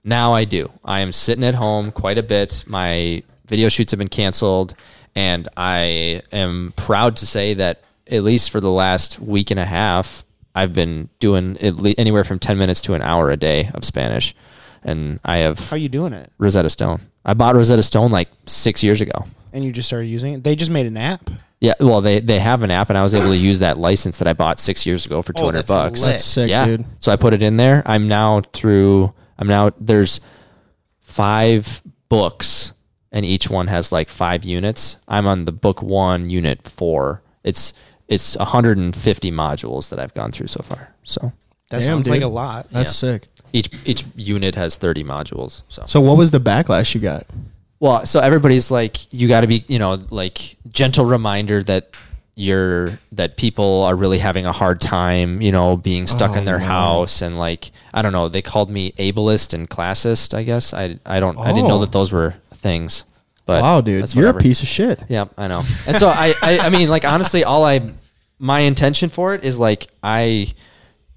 [SPEAKER 3] now I do. I am sitting at home quite a bit. My video shoots have been canceled, and I am proud to say that at least for the last week and a half, I've been doing at le- anywhere from ten minutes to an hour a day of Spanish, and I have
[SPEAKER 2] How are you doing it?
[SPEAKER 3] Rosetta Stone. I bought Rosetta Stone like six years ago.
[SPEAKER 2] And you just started using it? They just made an app.
[SPEAKER 3] Yeah, well, they they have an app, and I was able to use that license that I bought six years ago for two
[SPEAKER 2] Oh,
[SPEAKER 3] hundred
[SPEAKER 2] that's
[SPEAKER 3] bucks.
[SPEAKER 2] lit.
[SPEAKER 1] That's sick,
[SPEAKER 3] yeah,
[SPEAKER 1] dude.
[SPEAKER 3] so I put it in there. I'm now through. I'm now there's five books, and each one has like five units. I'm on the book one, unit four. It's it's 150 modules that I've gone through so far. So
[SPEAKER 2] That
[SPEAKER 1] Damn,
[SPEAKER 2] sounds like
[SPEAKER 1] dude.
[SPEAKER 2] a lot.
[SPEAKER 1] That's sick.
[SPEAKER 3] each each unit has 30 modules. So
[SPEAKER 1] So what was the backlash you got?
[SPEAKER 3] Well, so everybody's like, you got to be, you know, like gentle reminder that you're that people are really having a hard time, you know, being stuck
[SPEAKER 1] Oh,
[SPEAKER 3] in their house and like I don't know. They called me ableist and classist. I guess I I don't I didn't know
[SPEAKER 1] Oh.
[SPEAKER 3] that those were things. But
[SPEAKER 1] Wow, dude,
[SPEAKER 3] that's
[SPEAKER 1] you're a
[SPEAKER 3] whatever.
[SPEAKER 1] piece of shit.
[SPEAKER 3] Yeah, I know. And so I, I, I mean, like honestly, all I, my intention for it is like I,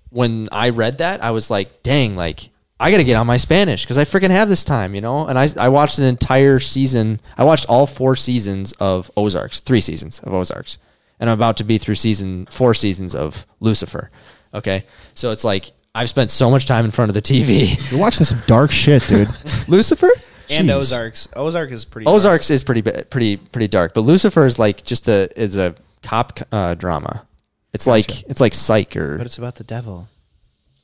[SPEAKER 3] when I read that, I was like, dang, like I gotta get on my Spanish because I freaking have this time, you know. And I, I watched an entire season. I watched all four seasons of Ozarks, three seasons of Ozarks, and I'm about to be through season four seasons of Lucifer. Okay, so it's like I've spent so much time in front of the TV.
[SPEAKER 1] You're watching some dark shit, dude.
[SPEAKER 3] Lucifer
[SPEAKER 2] And
[SPEAKER 1] Jeez.
[SPEAKER 2] Ozarks. Ozark is pretty.
[SPEAKER 3] Ozarks is pretty ba- pretty pretty dark, but Lucifer is like just a is a cop uh, drama. It's like it's like Psych or
[SPEAKER 2] But it's about the devil.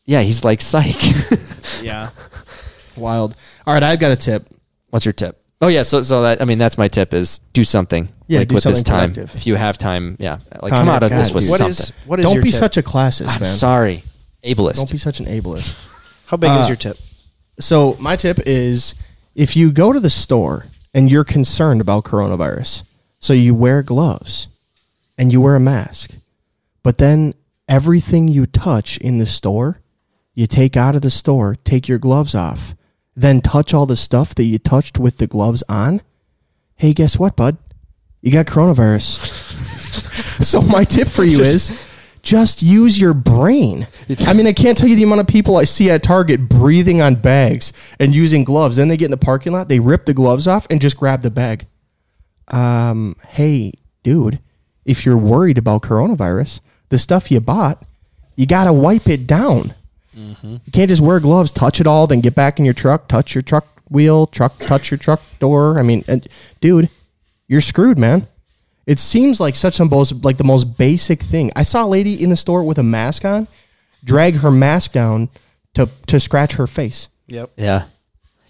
[SPEAKER 3] yeah, he's like Psych.
[SPEAKER 2] Yeah.
[SPEAKER 1] Wild. All right, I've got a tip.
[SPEAKER 3] What's your tip? Oh yeah, so so that I mean that's my tip is do something.
[SPEAKER 1] Yeah,
[SPEAKER 3] like
[SPEAKER 1] do
[SPEAKER 3] with this
[SPEAKER 1] something
[SPEAKER 3] time,
[SPEAKER 1] productive.
[SPEAKER 3] if you have time, yeah,
[SPEAKER 1] Connor,
[SPEAKER 3] like come out of this
[SPEAKER 1] God,
[SPEAKER 3] with
[SPEAKER 1] dude.
[SPEAKER 2] What
[SPEAKER 3] something.
[SPEAKER 2] is what is
[SPEAKER 1] Don't
[SPEAKER 2] your
[SPEAKER 1] be
[SPEAKER 2] tip?
[SPEAKER 1] such a classist,
[SPEAKER 3] I'm
[SPEAKER 1] man.
[SPEAKER 3] sorry, ableist.
[SPEAKER 1] Don't be such an ableist.
[SPEAKER 2] How big
[SPEAKER 1] uh,
[SPEAKER 2] is your tip?
[SPEAKER 1] So my tip is if you go to the store and you're concerned about coronavirus, so you wear gloves and you wear a mask, but then everything you touch in the store, you take out of the store, take your gloves off, then touch all the stuff that you touched with the gloves on. Hey, guess what, bud? You got coronavirus. so my tip for you is Just use your brain. I mean, I can't tell you the amount of people I see at Target breathing on bags and using gloves. Then they get in the parking lot, they rip the gloves off and just grab the bag. Um, hey, dude, if you're worried about coronavirus, the stuff you bought, you got to wipe it down. You can't just wear gloves, touch it all, then get back in your truck, touch your truck wheel, truck, touch your truck door. I mean, and, dude, you're screwed, man. It seems like such a most, like the most basic thing. I saw a lady in the store with a mask on, drag her mask down to to scratch her face.
[SPEAKER 2] Yep.
[SPEAKER 3] Yeah.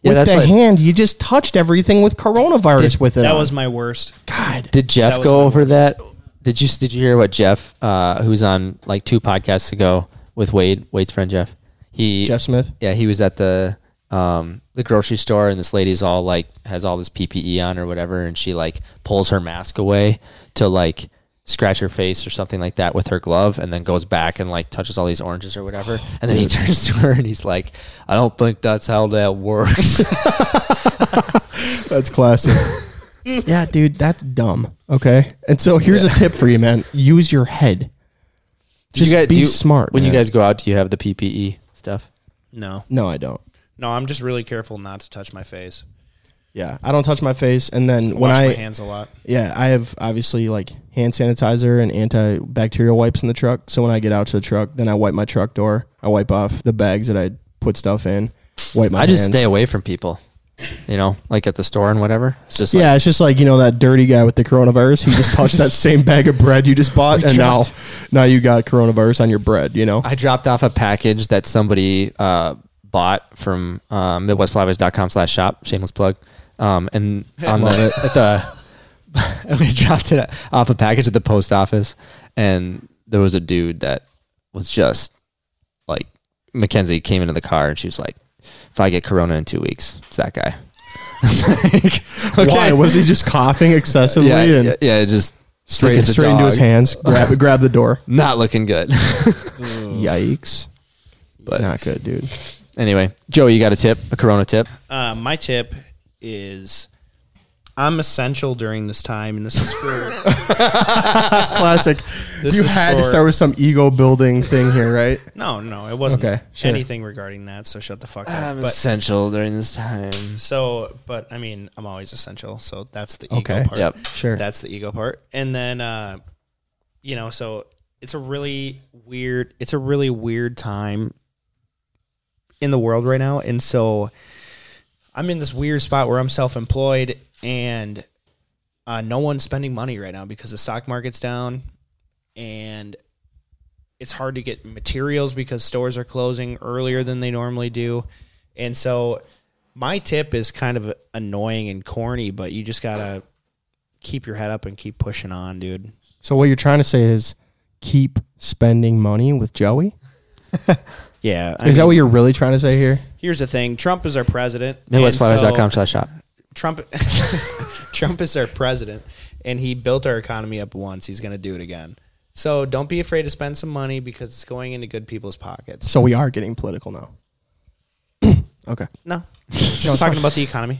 [SPEAKER 3] Yeah,
[SPEAKER 1] with
[SPEAKER 3] that's
[SPEAKER 1] the
[SPEAKER 3] like,
[SPEAKER 1] hand, you just touched everything with coronavirus with it.
[SPEAKER 2] That
[SPEAKER 1] on.
[SPEAKER 2] was my worst.
[SPEAKER 1] God.
[SPEAKER 3] did
[SPEAKER 2] that
[SPEAKER 3] Jeff
[SPEAKER 2] was
[SPEAKER 3] go
[SPEAKER 2] my
[SPEAKER 3] over that? Did you did you hear what Jeff, uh, who's on like two podcasts ago with Wade, Wade's friend Jeff? He
[SPEAKER 1] Jeff Smith.
[SPEAKER 3] yeah, he was at the um the grocery store and this lady's all like has all this PPE on or whatever and she like pulls her mask away to like scratch her face or something like that with her glove and then goes back and like touches all these oranges or whatever and then he turns to her and he's like I don't think that's how that works.
[SPEAKER 1] That's classic. yeah, dude, that's dumb. Okay. And so here's a tip for you, man. Use your head.
[SPEAKER 3] Do you
[SPEAKER 1] Just
[SPEAKER 3] guys-
[SPEAKER 1] be
[SPEAKER 3] do you-
[SPEAKER 1] smart.
[SPEAKER 3] When you
[SPEAKER 1] man.
[SPEAKER 3] guys go out, do you have the PPE stuff?
[SPEAKER 2] No.
[SPEAKER 1] No, I don't.
[SPEAKER 2] No, I'm just really careful not to touch my face.
[SPEAKER 1] Yeah. I don't touch my face and then when
[SPEAKER 2] Wash
[SPEAKER 1] I
[SPEAKER 2] my hands a lot.
[SPEAKER 1] Yeah, I have obviously like hand sanitizer and antibacterial wipes in the truck. So when I get out to the truck, then I wipe my truck door. I wipe off the bags that I put stuff in. Wipe my
[SPEAKER 3] I just
[SPEAKER 1] hands.
[SPEAKER 3] stay away from people. You know, like at the store and whatever. It's just like,
[SPEAKER 1] Yeah, it's just like you know that dirty guy with the coronavirus. He just touched that same bag of bread you just bought, and now, now you got coronavirus on your bread. You know,
[SPEAKER 3] I dropped off a package that somebody uh, bought from uh, MidwestFlyboys.com slash shop. Shameless plug. Um, and on the, at the we dropped it off a package at the post office, and there was a dude that was just like Mackenzie came into the car and she was like, "If I get corona in two weeks, it's that guy." I was like,
[SPEAKER 1] why was he just coughing excessively
[SPEAKER 3] yeah,
[SPEAKER 1] and
[SPEAKER 3] yeah, yeah, just
[SPEAKER 1] stick it
[SPEAKER 3] as a
[SPEAKER 1] straight into his
[SPEAKER 3] dog.
[SPEAKER 1] hands? Grab grab the door.
[SPEAKER 3] Not looking good.
[SPEAKER 1] Yikes!
[SPEAKER 3] but
[SPEAKER 1] Not good, dude.
[SPEAKER 3] Anyway, Joe, you got a tip, a corona tip?
[SPEAKER 2] Uh, my tip is I'm essential during this time, and this is for
[SPEAKER 1] Classic.
[SPEAKER 2] This
[SPEAKER 1] you
[SPEAKER 2] is
[SPEAKER 1] had to
[SPEAKER 2] for-
[SPEAKER 1] start with some ego building thing here, right?
[SPEAKER 2] no, no, it wasn't
[SPEAKER 1] Okay, sure.
[SPEAKER 2] anything regarding that. So shut the fuck up. but
[SPEAKER 3] essential during this time.
[SPEAKER 2] so, but I mean, I'm always essential. So that's the ego
[SPEAKER 1] Okay.
[SPEAKER 2] part.
[SPEAKER 3] Yep.
[SPEAKER 1] Sure.
[SPEAKER 2] That's the ego part. And then uh you know, so it's a really weird it's a really weird time in the world right now. And so I'm in this weird spot where I'm self-employed and uh no one's spending money right now because the stock market's down and it's hard to get materials because stores are closing earlier than they normally do. And so my tip is kind of annoying and corny, but you just got to keep your head up and keep pushing on, dude.
[SPEAKER 1] So what you're trying to say is keep spending money with Joey?
[SPEAKER 2] Yeah. I
[SPEAKER 1] Is that
[SPEAKER 2] mean,
[SPEAKER 1] what you're really trying to say here?
[SPEAKER 2] here's the thing. Trump is our president.
[SPEAKER 3] MidwestFlyers.com
[SPEAKER 2] and so
[SPEAKER 3] slash shop.
[SPEAKER 2] Trump Trump is our president and he built our economy up once. He's going to do it again. So don't be afraid to spend some money because it's going into good people's pockets.
[SPEAKER 1] So we are getting political now. okay.
[SPEAKER 2] No. Just talking about the economy.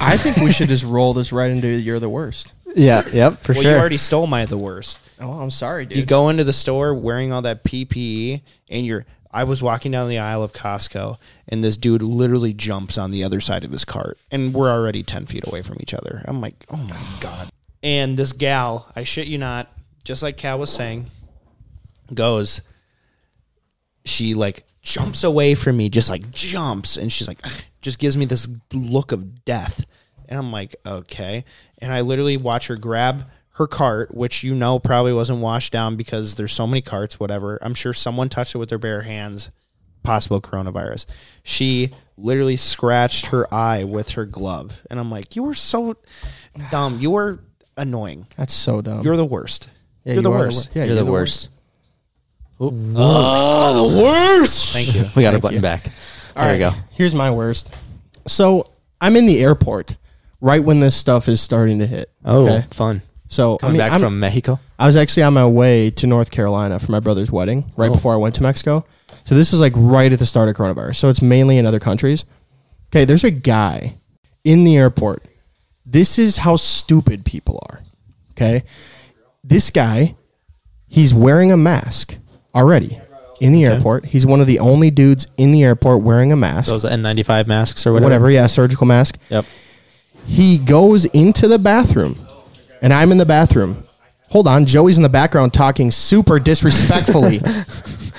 [SPEAKER 1] I think we should just roll this right into you're the worst.
[SPEAKER 3] Yeah, yep, for
[SPEAKER 2] Well, you already stole my the worst.
[SPEAKER 1] Oh, I'm sorry, dude.
[SPEAKER 2] You go into the store wearing all that PPE, and you're. I was walking down the aisle of Costco, and this dude literally jumps on the other side of his cart, and we're already ten feet away from each other. I'm like, oh my god! And this gal, I shit you not, just like Cal was saying, goes. She like jumps away from me, just like jumps, and she's like, just gives me this look of death, and I'm like, okay. And I literally watch her grab her cart, which you know probably wasn't washed down because there's so many carts, whatever. I'm sure someone touched it with their bare hands. Possible coronavirus. She literally scratched her eye with her glove, and I'm like, you were so dumb. You were annoying.
[SPEAKER 1] That's so dumb.
[SPEAKER 2] You're the worst.
[SPEAKER 1] Yeah,
[SPEAKER 2] you're the
[SPEAKER 1] you are
[SPEAKER 2] worst.
[SPEAKER 1] yeah,
[SPEAKER 3] You're, the, worst. Oh, the worst.
[SPEAKER 2] Thank you.
[SPEAKER 3] We got a button back. there we go.
[SPEAKER 1] Here's my worst. So I'm in the airport right when this stuff is starting to hit.
[SPEAKER 3] Oh,
[SPEAKER 1] okay?
[SPEAKER 3] fun.
[SPEAKER 1] So I
[SPEAKER 3] Coming
[SPEAKER 1] mean,
[SPEAKER 3] back
[SPEAKER 1] I'm-
[SPEAKER 3] from Mexico.
[SPEAKER 1] I was actually on my way to North Carolina for my brother's wedding right before I went to Mexico. So this is like right at the start of coronavirus. So it's mainly in other countries. Okay, there's a guy in the airport. This is how stupid people are. Okay. This guy, he's wearing a mask. already in the airport. He's one of the only dudes in the airport wearing a mask,
[SPEAKER 3] Those N95 masks or whatever.
[SPEAKER 1] whatever. Yeah, surgical mask.
[SPEAKER 3] Yep.
[SPEAKER 1] He goes into the bathroom, and I'm in the bathroom. Hold on, Joey's in the background talking super disrespectfully,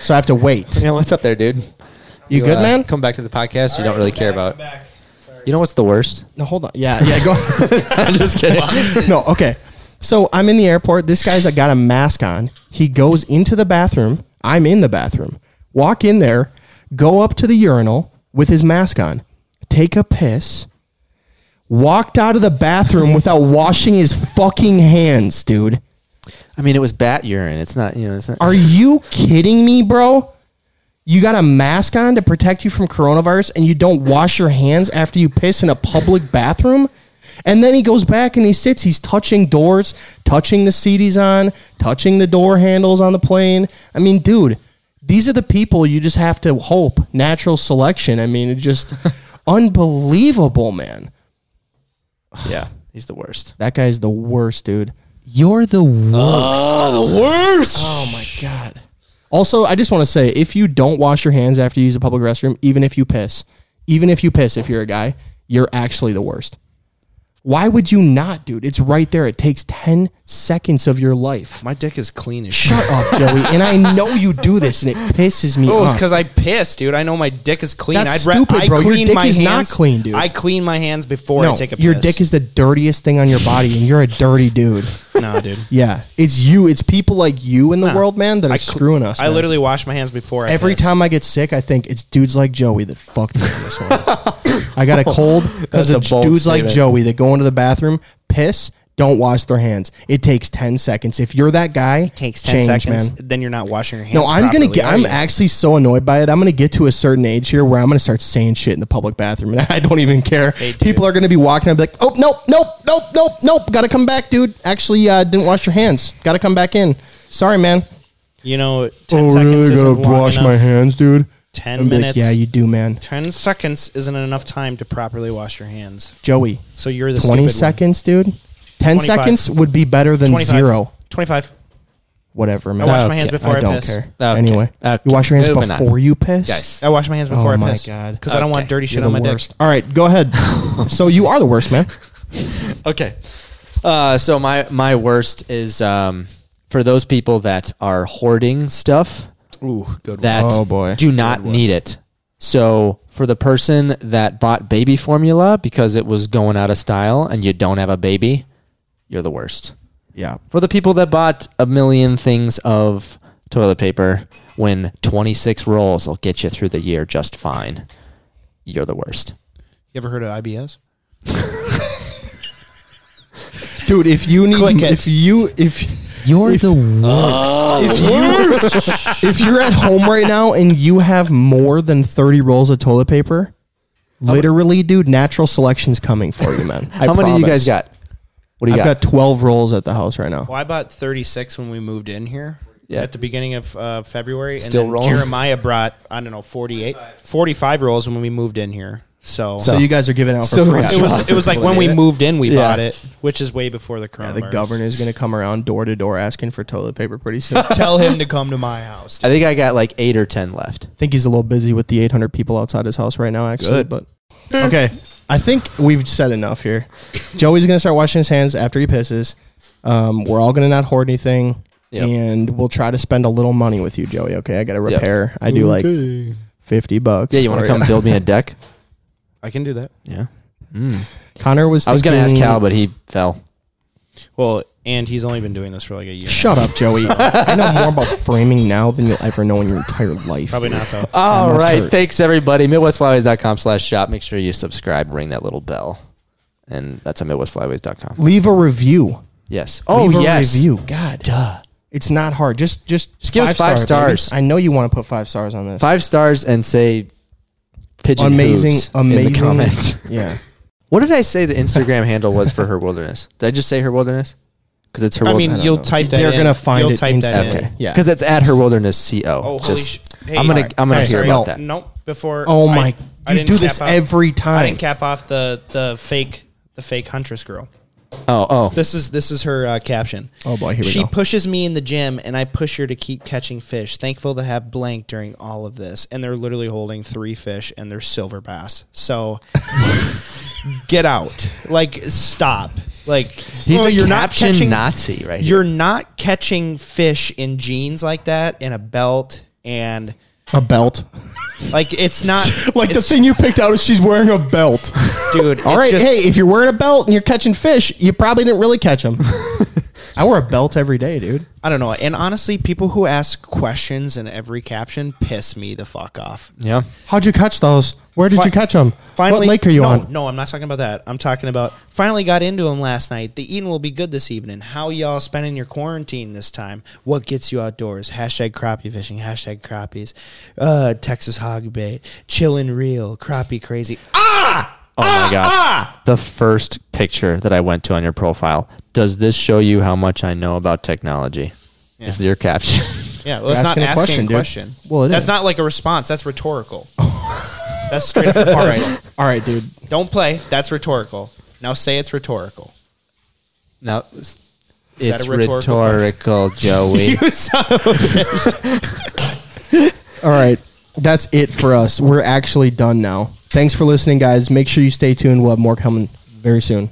[SPEAKER 1] so I have to wait.
[SPEAKER 6] You know what's up there, dude?
[SPEAKER 1] You good,
[SPEAKER 6] uh,
[SPEAKER 1] man?
[SPEAKER 6] Come back to the podcast. you don't really care about.
[SPEAKER 3] You know what's the worst?
[SPEAKER 1] No, hold on. Yeah, yeah, go.
[SPEAKER 3] I'm just kidding.
[SPEAKER 1] no, okay. So I'm in the airport. This guy's I got a mask on. He goes into the bathroom. I'm in the bathroom. Walk in there, go up to the urinal with his mask on, take a piss, walked out of the bathroom without washing his fucking hands, dude.
[SPEAKER 3] I mean, it was bat urine. It's not, you know, it's not.
[SPEAKER 1] Are you kidding me, bro? You got a mask on to protect you from coronavirus and you don't wash your hands after you piss in a public bathroom? And then he goes back and he sits. He's touching doors, touching the seat he's on, touching the door handles on the plane. I mean, dude, these are the people you just have to hope natural selection. I mean, it just unbelievable, man.
[SPEAKER 3] yeah, he's the worst.
[SPEAKER 1] That guy's the worst, dude.
[SPEAKER 7] You're the worst.
[SPEAKER 2] Ah,
[SPEAKER 1] Oh my god. Also, I just want to say if you don't wash your hands after you use a public restroom, even if you piss, even if you piss if you're a guy, you're actually the worst. Why would you not, dude? It's right there. It takes 10 seconds of your life.
[SPEAKER 2] My dick is clean as shit.
[SPEAKER 1] Shut up, Joey. And I know you do this and it pisses me
[SPEAKER 2] Oh, it's
[SPEAKER 1] off.
[SPEAKER 2] because I pissed, dude. I know my dick is clean.
[SPEAKER 1] That's
[SPEAKER 2] I'd ra-
[SPEAKER 1] stupid,
[SPEAKER 2] I
[SPEAKER 1] bro. Your
[SPEAKER 2] clean
[SPEAKER 1] dick
[SPEAKER 2] my
[SPEAKER 1] is not
[SPEAKER 2] hands-
[SPEAKER 1] clean, dude.
[SPEAKER 2] I clean my hands before
[SPEAKER 1] no,
[SPEAKER 2] I take a piss.
[SPEAKER 1] your dick is the dirtiest thing on your body and you're a dirty dude.
[SPEAKER 2] no, dude.
[SPEAKER 1] Yeah. It's you. It's people like you in the
[SPEAKER 2] Nah.
[SPEAKER 1] world, man, that are
[SPEAKER 2] I cl-
[SPEAKER 1] screwing us.
[SPEAKER 2] I
[SPEAKER 1] man.
[SPEAKER 2] literally wash my hands before I
[SPEAKER 1] Every
[SPEAKER 2] piss.
[SPEAKER 1] time I get sick, I think it's dudes like Joey that fucked me in this one. I got a cold
[SPEAKER 6] That's
[SPEAKER 1] because
[SPEAKER 6] a
[SPEAKER 1] of
[SPEAKER 6] bold
[SPEAKER 1] dudes like
[SPEAKER 6] statement.
[SPEAKER 1] Joey that go into the bathroom, piss, don't wash their hands. It takes ten seconds. If you're that guy, it
[SPEAKER 2] takes ten seconds, then you're not washing your hands.
[SPEAKER 1] No, I'm
[SPEAKER 2] properly,
[SPEAKER 1] gonna get.
[SPEAKER 2] are
[SPEAKER 1] I'm
[SPEAKER 2] you?
[SPEAKER 1] actually so annoyed by it. I'm gonna get to a certain age here where I'm gonna start saying shit in the public bathroom, and I don't even care.
[SPEAKER 2] do.
[SPEAKER 1] People are gonna be walking. I'll be like, oh nope, nope, nope, nope, nope. Got to come back, dude. Actually, uh, didn't wash your hands. Got to come back in. Sorry, man.
[SPEAKER 2] You
[SPEAKER 1] Oh,
[SPEAKER 2] know, ten seconds isn't long enough.
[SPEAKER 1] hands, dude.
[SPEAKER 2] Ten
[SPEAKER 1] I'd be like,
[SPEAKER 2] minutes.
[SPEAKER 1] yeah, you do, man.
[SPEAKER 2] Ten seconds isn't enough time to properly wash your hands.
[SPEAKER 1] Joey,
[SPEAKER 2] So you're the
[SPEAKER 1] 20
[SPEAKER 2] stupid
[SPEAKER 1] seconds, dude. 10
[SPEAKER 2] 25.
[SPEAKER 1] seconds would be better than
[SPEAKER 2] One. 25.
[SPEAKER 1] zero.
[SPEAKER 2] Twenty-five.
[SPEAKER 1] Whatever, man.
[SPEAKER 2] I wash my hands before I
[SPEAKER 1] don't
[SPEAKER 2] piss.
[SPEAKER 1] care.
[SPEAKER 3] Okay.
[SPEAKER 1] Anyway, you wash your hands
[SPEAKER 3] Moving on.
[SPEAKER 1] before you piss?
[SPEAKER 6] Guys,
[SPEAKER 2] I wash my hands before
[SPEAKER 1] Oh
[SPEAKER 2] I
[SPEAKER 1] my
[SPEAKER 2] piss.
[SPEAKER 1] God.
[SPEAKER 2] Because I don't want dirty shit
[SPEAKER 1] You're
[SPEAKER 2] on
[SPEAKER 1] the
[SPEAKER 2] my
[SPEAKER 1] worst. All right, go ahead. so you are the worst, man.
[SPEAKER 3] Okay. Uh, so my my worst is um, for those people that are hoarding stuff
[SPEAKER 2] dick. Ooh, good.
[SPEAKER 3] that
[SPEAKER 6] Oh, boy.
[SPEAKER 3] do not need it. So for the person that bought baby formula because it was going out of style and you don't have a baby, you're the worst.
[SPEAKER 1] Yeah.
[SPEAKER 3] For the people that bought a million things of toilet paper when 26 rolls will get you through the year just fine, you're the worst.
[SPEAKER 2] You ever heard of IBS?
[SPEAKER 1] Dude, if you need
[SPEAKER 2] Click it.
[SPEAKER 1] if you if
[SPEAKER 7] You're
[SPEAKER 1] If-
[SPEAKER 7] the worst.
[SPEAKER 1] if you if you're at home right now and you have more than 30 rolls of toilet paper, literally, dude, natural selection's coming for you, man. I
[SPEAKER 3] How many of you
[SPEAKER 1] promise.
[SPEAKER 3] guys got? What do you
[SPEAKER 1] I've got 12 rolls at the house right now.
[SPEAKER 2] Well, I bought 36 when we moved in here.
[SPEAKER 3] Yeah.
[SPEAKER 2] At the beginning of uh, February,
[SPEAKER 3] Still
[SPEAKER 2] and then
[SPEAKER 3] rolling.
[SPEAKER 2] Jeremiah brought I don't know 48, 45 rolls when we moved in here. So,
[SPEAKER 1] So you guys are giving out for
[SPEAKER 3] Still
[SPEAKER 1] free.
[SPEAKER 3] got
[SPEAKER 2] it was it was like when we moved in, we
[SPEAKER 3] Yeah.
[SPEAKER 2] bought it, which is way before the
[SPEAKER 1] Yeah,
[SPEAKER 2] coronavirus.
[SPEAKER 1] the governor's going to come around door to door asking for toilet paper pretty soon. I
[SPEAKER 2] Tell him to come to my house.
[SPEAKER 3] I think I got like eight or 10 left.
[SPEAKER 1] think he's a little busy with the 800 people outside his house right now, actually. But okay, I think we've said enough here. Joey's going to start washing his hands after he pisses. Um, we're all going to not hoard anything,
[SPEAKER 3] Yep.
[SPEAKER 1] and we'll try to spend a little money with you, Joey. Okay, I got to repair. I do like 50 bucks.
[SPEAKER 3] Yeah, you want to
[SPEAKER 1] for
[SPEAKER 3] come
[SPEAKER 1] it.
[SPEAKER 3] build me a deck?
[SPEAKER 2] I can do that.
[SPEAKER 3] Yeah.
[SPEAKER 1] Connor was.
[SPEAKER 3] I was going to ask
[SPEAKER 1] thinking-
[SPEAKER 3] Cal, but he fell.
[SPEAKER 2] Well, and he's only been doing this for like a year.
[SPEAKER 1] Shut up, Joey. I know more about framing now than you'll ever know in your entire life.
[SPEAKER 2] Probably not though.
[SPEAKER 3] All
[SPEAKER 1] must
[SPEAKER 3] right.
[SPEAKER 1] hurt.
[SPEAKER 3] Thanks, everybody. MidwestFlyways.com slash shop. Make sure you subscribe, ring that little bell. And that's on MidwestFlyways.com.
[SPEAKER 1] Leave a review.
[SPEAKER 3] Yes. Oh,
[SPEAKER 1] Leave a
[SPEAKER 3] yes.
[SPEAKER 1] Review. God. Duh. It's not hard. Just just
[SPEAKER 3] Just give us five
[SPEAKER 1] star, baby.
[SPEAKER 3] stars.
[SPEAKER 1] I know you want to put five stars on this.
[SPEAKER 3] Five stars and say pigeon
[SPEAKER 1] amazing,
[SPEAKER 3] hooves
[SPEAKER 1] amazing.
[SPEAKER 3] in the comments.
[SPEAKER 1] Yeah.
[SPEAKER 3] what did I say the Instagram handle was for her wilderness? Did I just say her wilderness? Because it's her
[SPEAKER 2] I
[SPEAKER 3] wilderness.
[SPEAKER 2] mean, you'll type that.
[SPEAKER 1] They're
[SPEAKER 2] in.
[SPEAKER 1] gonna find
[SPEAKER 2] You'll
[SPEAKER 1] it
[SPEAKER 2] type that in.
[SPEAKER 1] instantly.
[SPEAKER 3] Okay.
[SPEAKER 1] Yeah.
[SPEAKER 3] Because it's at her wilderness co.
[SPEAKER 2] Oh, holy
[SPEAKER 3] Just-
[SPEAKER 2] sh- hey,
[SPEAKER 3] I'm gonna
[SPEAKER 2] all right.
[SPEAKER 3] I'm gonna
[SPEAKER 1] Hey,
[SPEAKER 3] hear
[SPEAKER 1] sorry.
[SPEAKER 3] about
[SPEAKER 1] No.
[SPEAKER 3] that.
[SPEAKER 2] Nope. Before.
[SPEAKER 1] Oh
[SPEAKER 2] I-
[SPEAKER 1] my-
[SPEAKER 2] I
[SPEAKER 1] you
[SPEAKER 2] didn't
[SPEAKER 1] do this
[SPEAKER 2] cap
[SPEAKER 1] every
[SPEAKER 2] I
[SPEAKER 1] time.
[SPEAKER 2] didn't cap off the the fake the fake huntress girl.
[SPEAKER 3] Oh, oh.
[SPEAKER 2] This is this is her uh, caption.
[SPEAKER 1] Oh, boy, here we
[SPEAKER 2] she
[SPEAKER 1] go.
[SPEAKER 2] pushes me in the gym, and I push her to keep catching fish. Thankful to have blank during all of this, and they're literally holding three fish, and they're silver bass. So get out, like stop, like
[SPEAKER 6] He's
[SPEAKER 2] oh,
[SPEAKER 6] a caption Nazi right here.
[SPEAKER 2] You're not catching fish in jeans like that, and a belt, and
[SPEAKER 1] A belt.
[SPEAKER 2] like it's not
[SPEAKER 1] Like the
[SPEAKER 2] it's-
[SPEAKER 1] thing you picked out is she's wearing a belt.
[SPEAKER 2] dude.
[SPEAKER 1] All
[SPEAKER 2] it's
[SPEAKER 1] right,
[SPEAKER 2] just-
[SPEAKER 1] hey, if you're wearing a belt and you're catching fish, you probably didn't really catch them. I wear a belt every day, dude.
[SPEAKER 2] I don't know. And honestly, people who ask questions in every caption piss me the fuck off.
[SPEAKER 3] Yeah.
[SPEAKER 1] How'd you catch those? Where did
[SPEAKER 2] Fi-
[SPEAKER 1] you catch them? what
[SPEAKER 2] Finally,
[SPEAKER 1] lake are you
[SPEAKER 2] no,
[SPEAKER 1] on?
[SPEAKER 2] No, I'm not talking about that. I'm talking about finally got into them last night. The eating will be good this evening. How y'all spending your quarantine this time? What gets you outdoors? Hashtag crappie fishing. Hashtag crappies. Uh, Texas hog bait. Chillin' real. Crappie crazy. Ah,
[SPEAKER 3] Oh my god. The first picture that I went to on your profile. Does this show you how much I know about technology? Is your caption?
[SPEAKER 2] yeah. Well, it's not
[SPEAKER 1] asking a
[SPEAKER 2] asking
[SPEAKER 1] question,
[SPEAKER 2] a
[SPEAKER 1] dude.
[SPEAKER 2] question.
[SPEAKER 1] Well, it
[SPEAKER 2] that's
[SPEAKER 1] is.
[SPEAKER 2] not like a response. That's rhetorical. that's straight up rhetorical.
[SPEAKER 1] All right, dude.
[SPEAKER 2] Don't play. That's rhetorical. Now say it's rhetorical.
[SPEAKER 3] no.
[SPEAKER 2] that
[SPEAKER 3] It's
[SPEAKER 2] a rhetorical question?
[SPEAKER 3] rhetorical, Joey.
[SPEAKER 1] All right. That's it for us. We're actually done now. Thanks for listening, guys. Make sure you stay tuned. We'll have more coming very soon.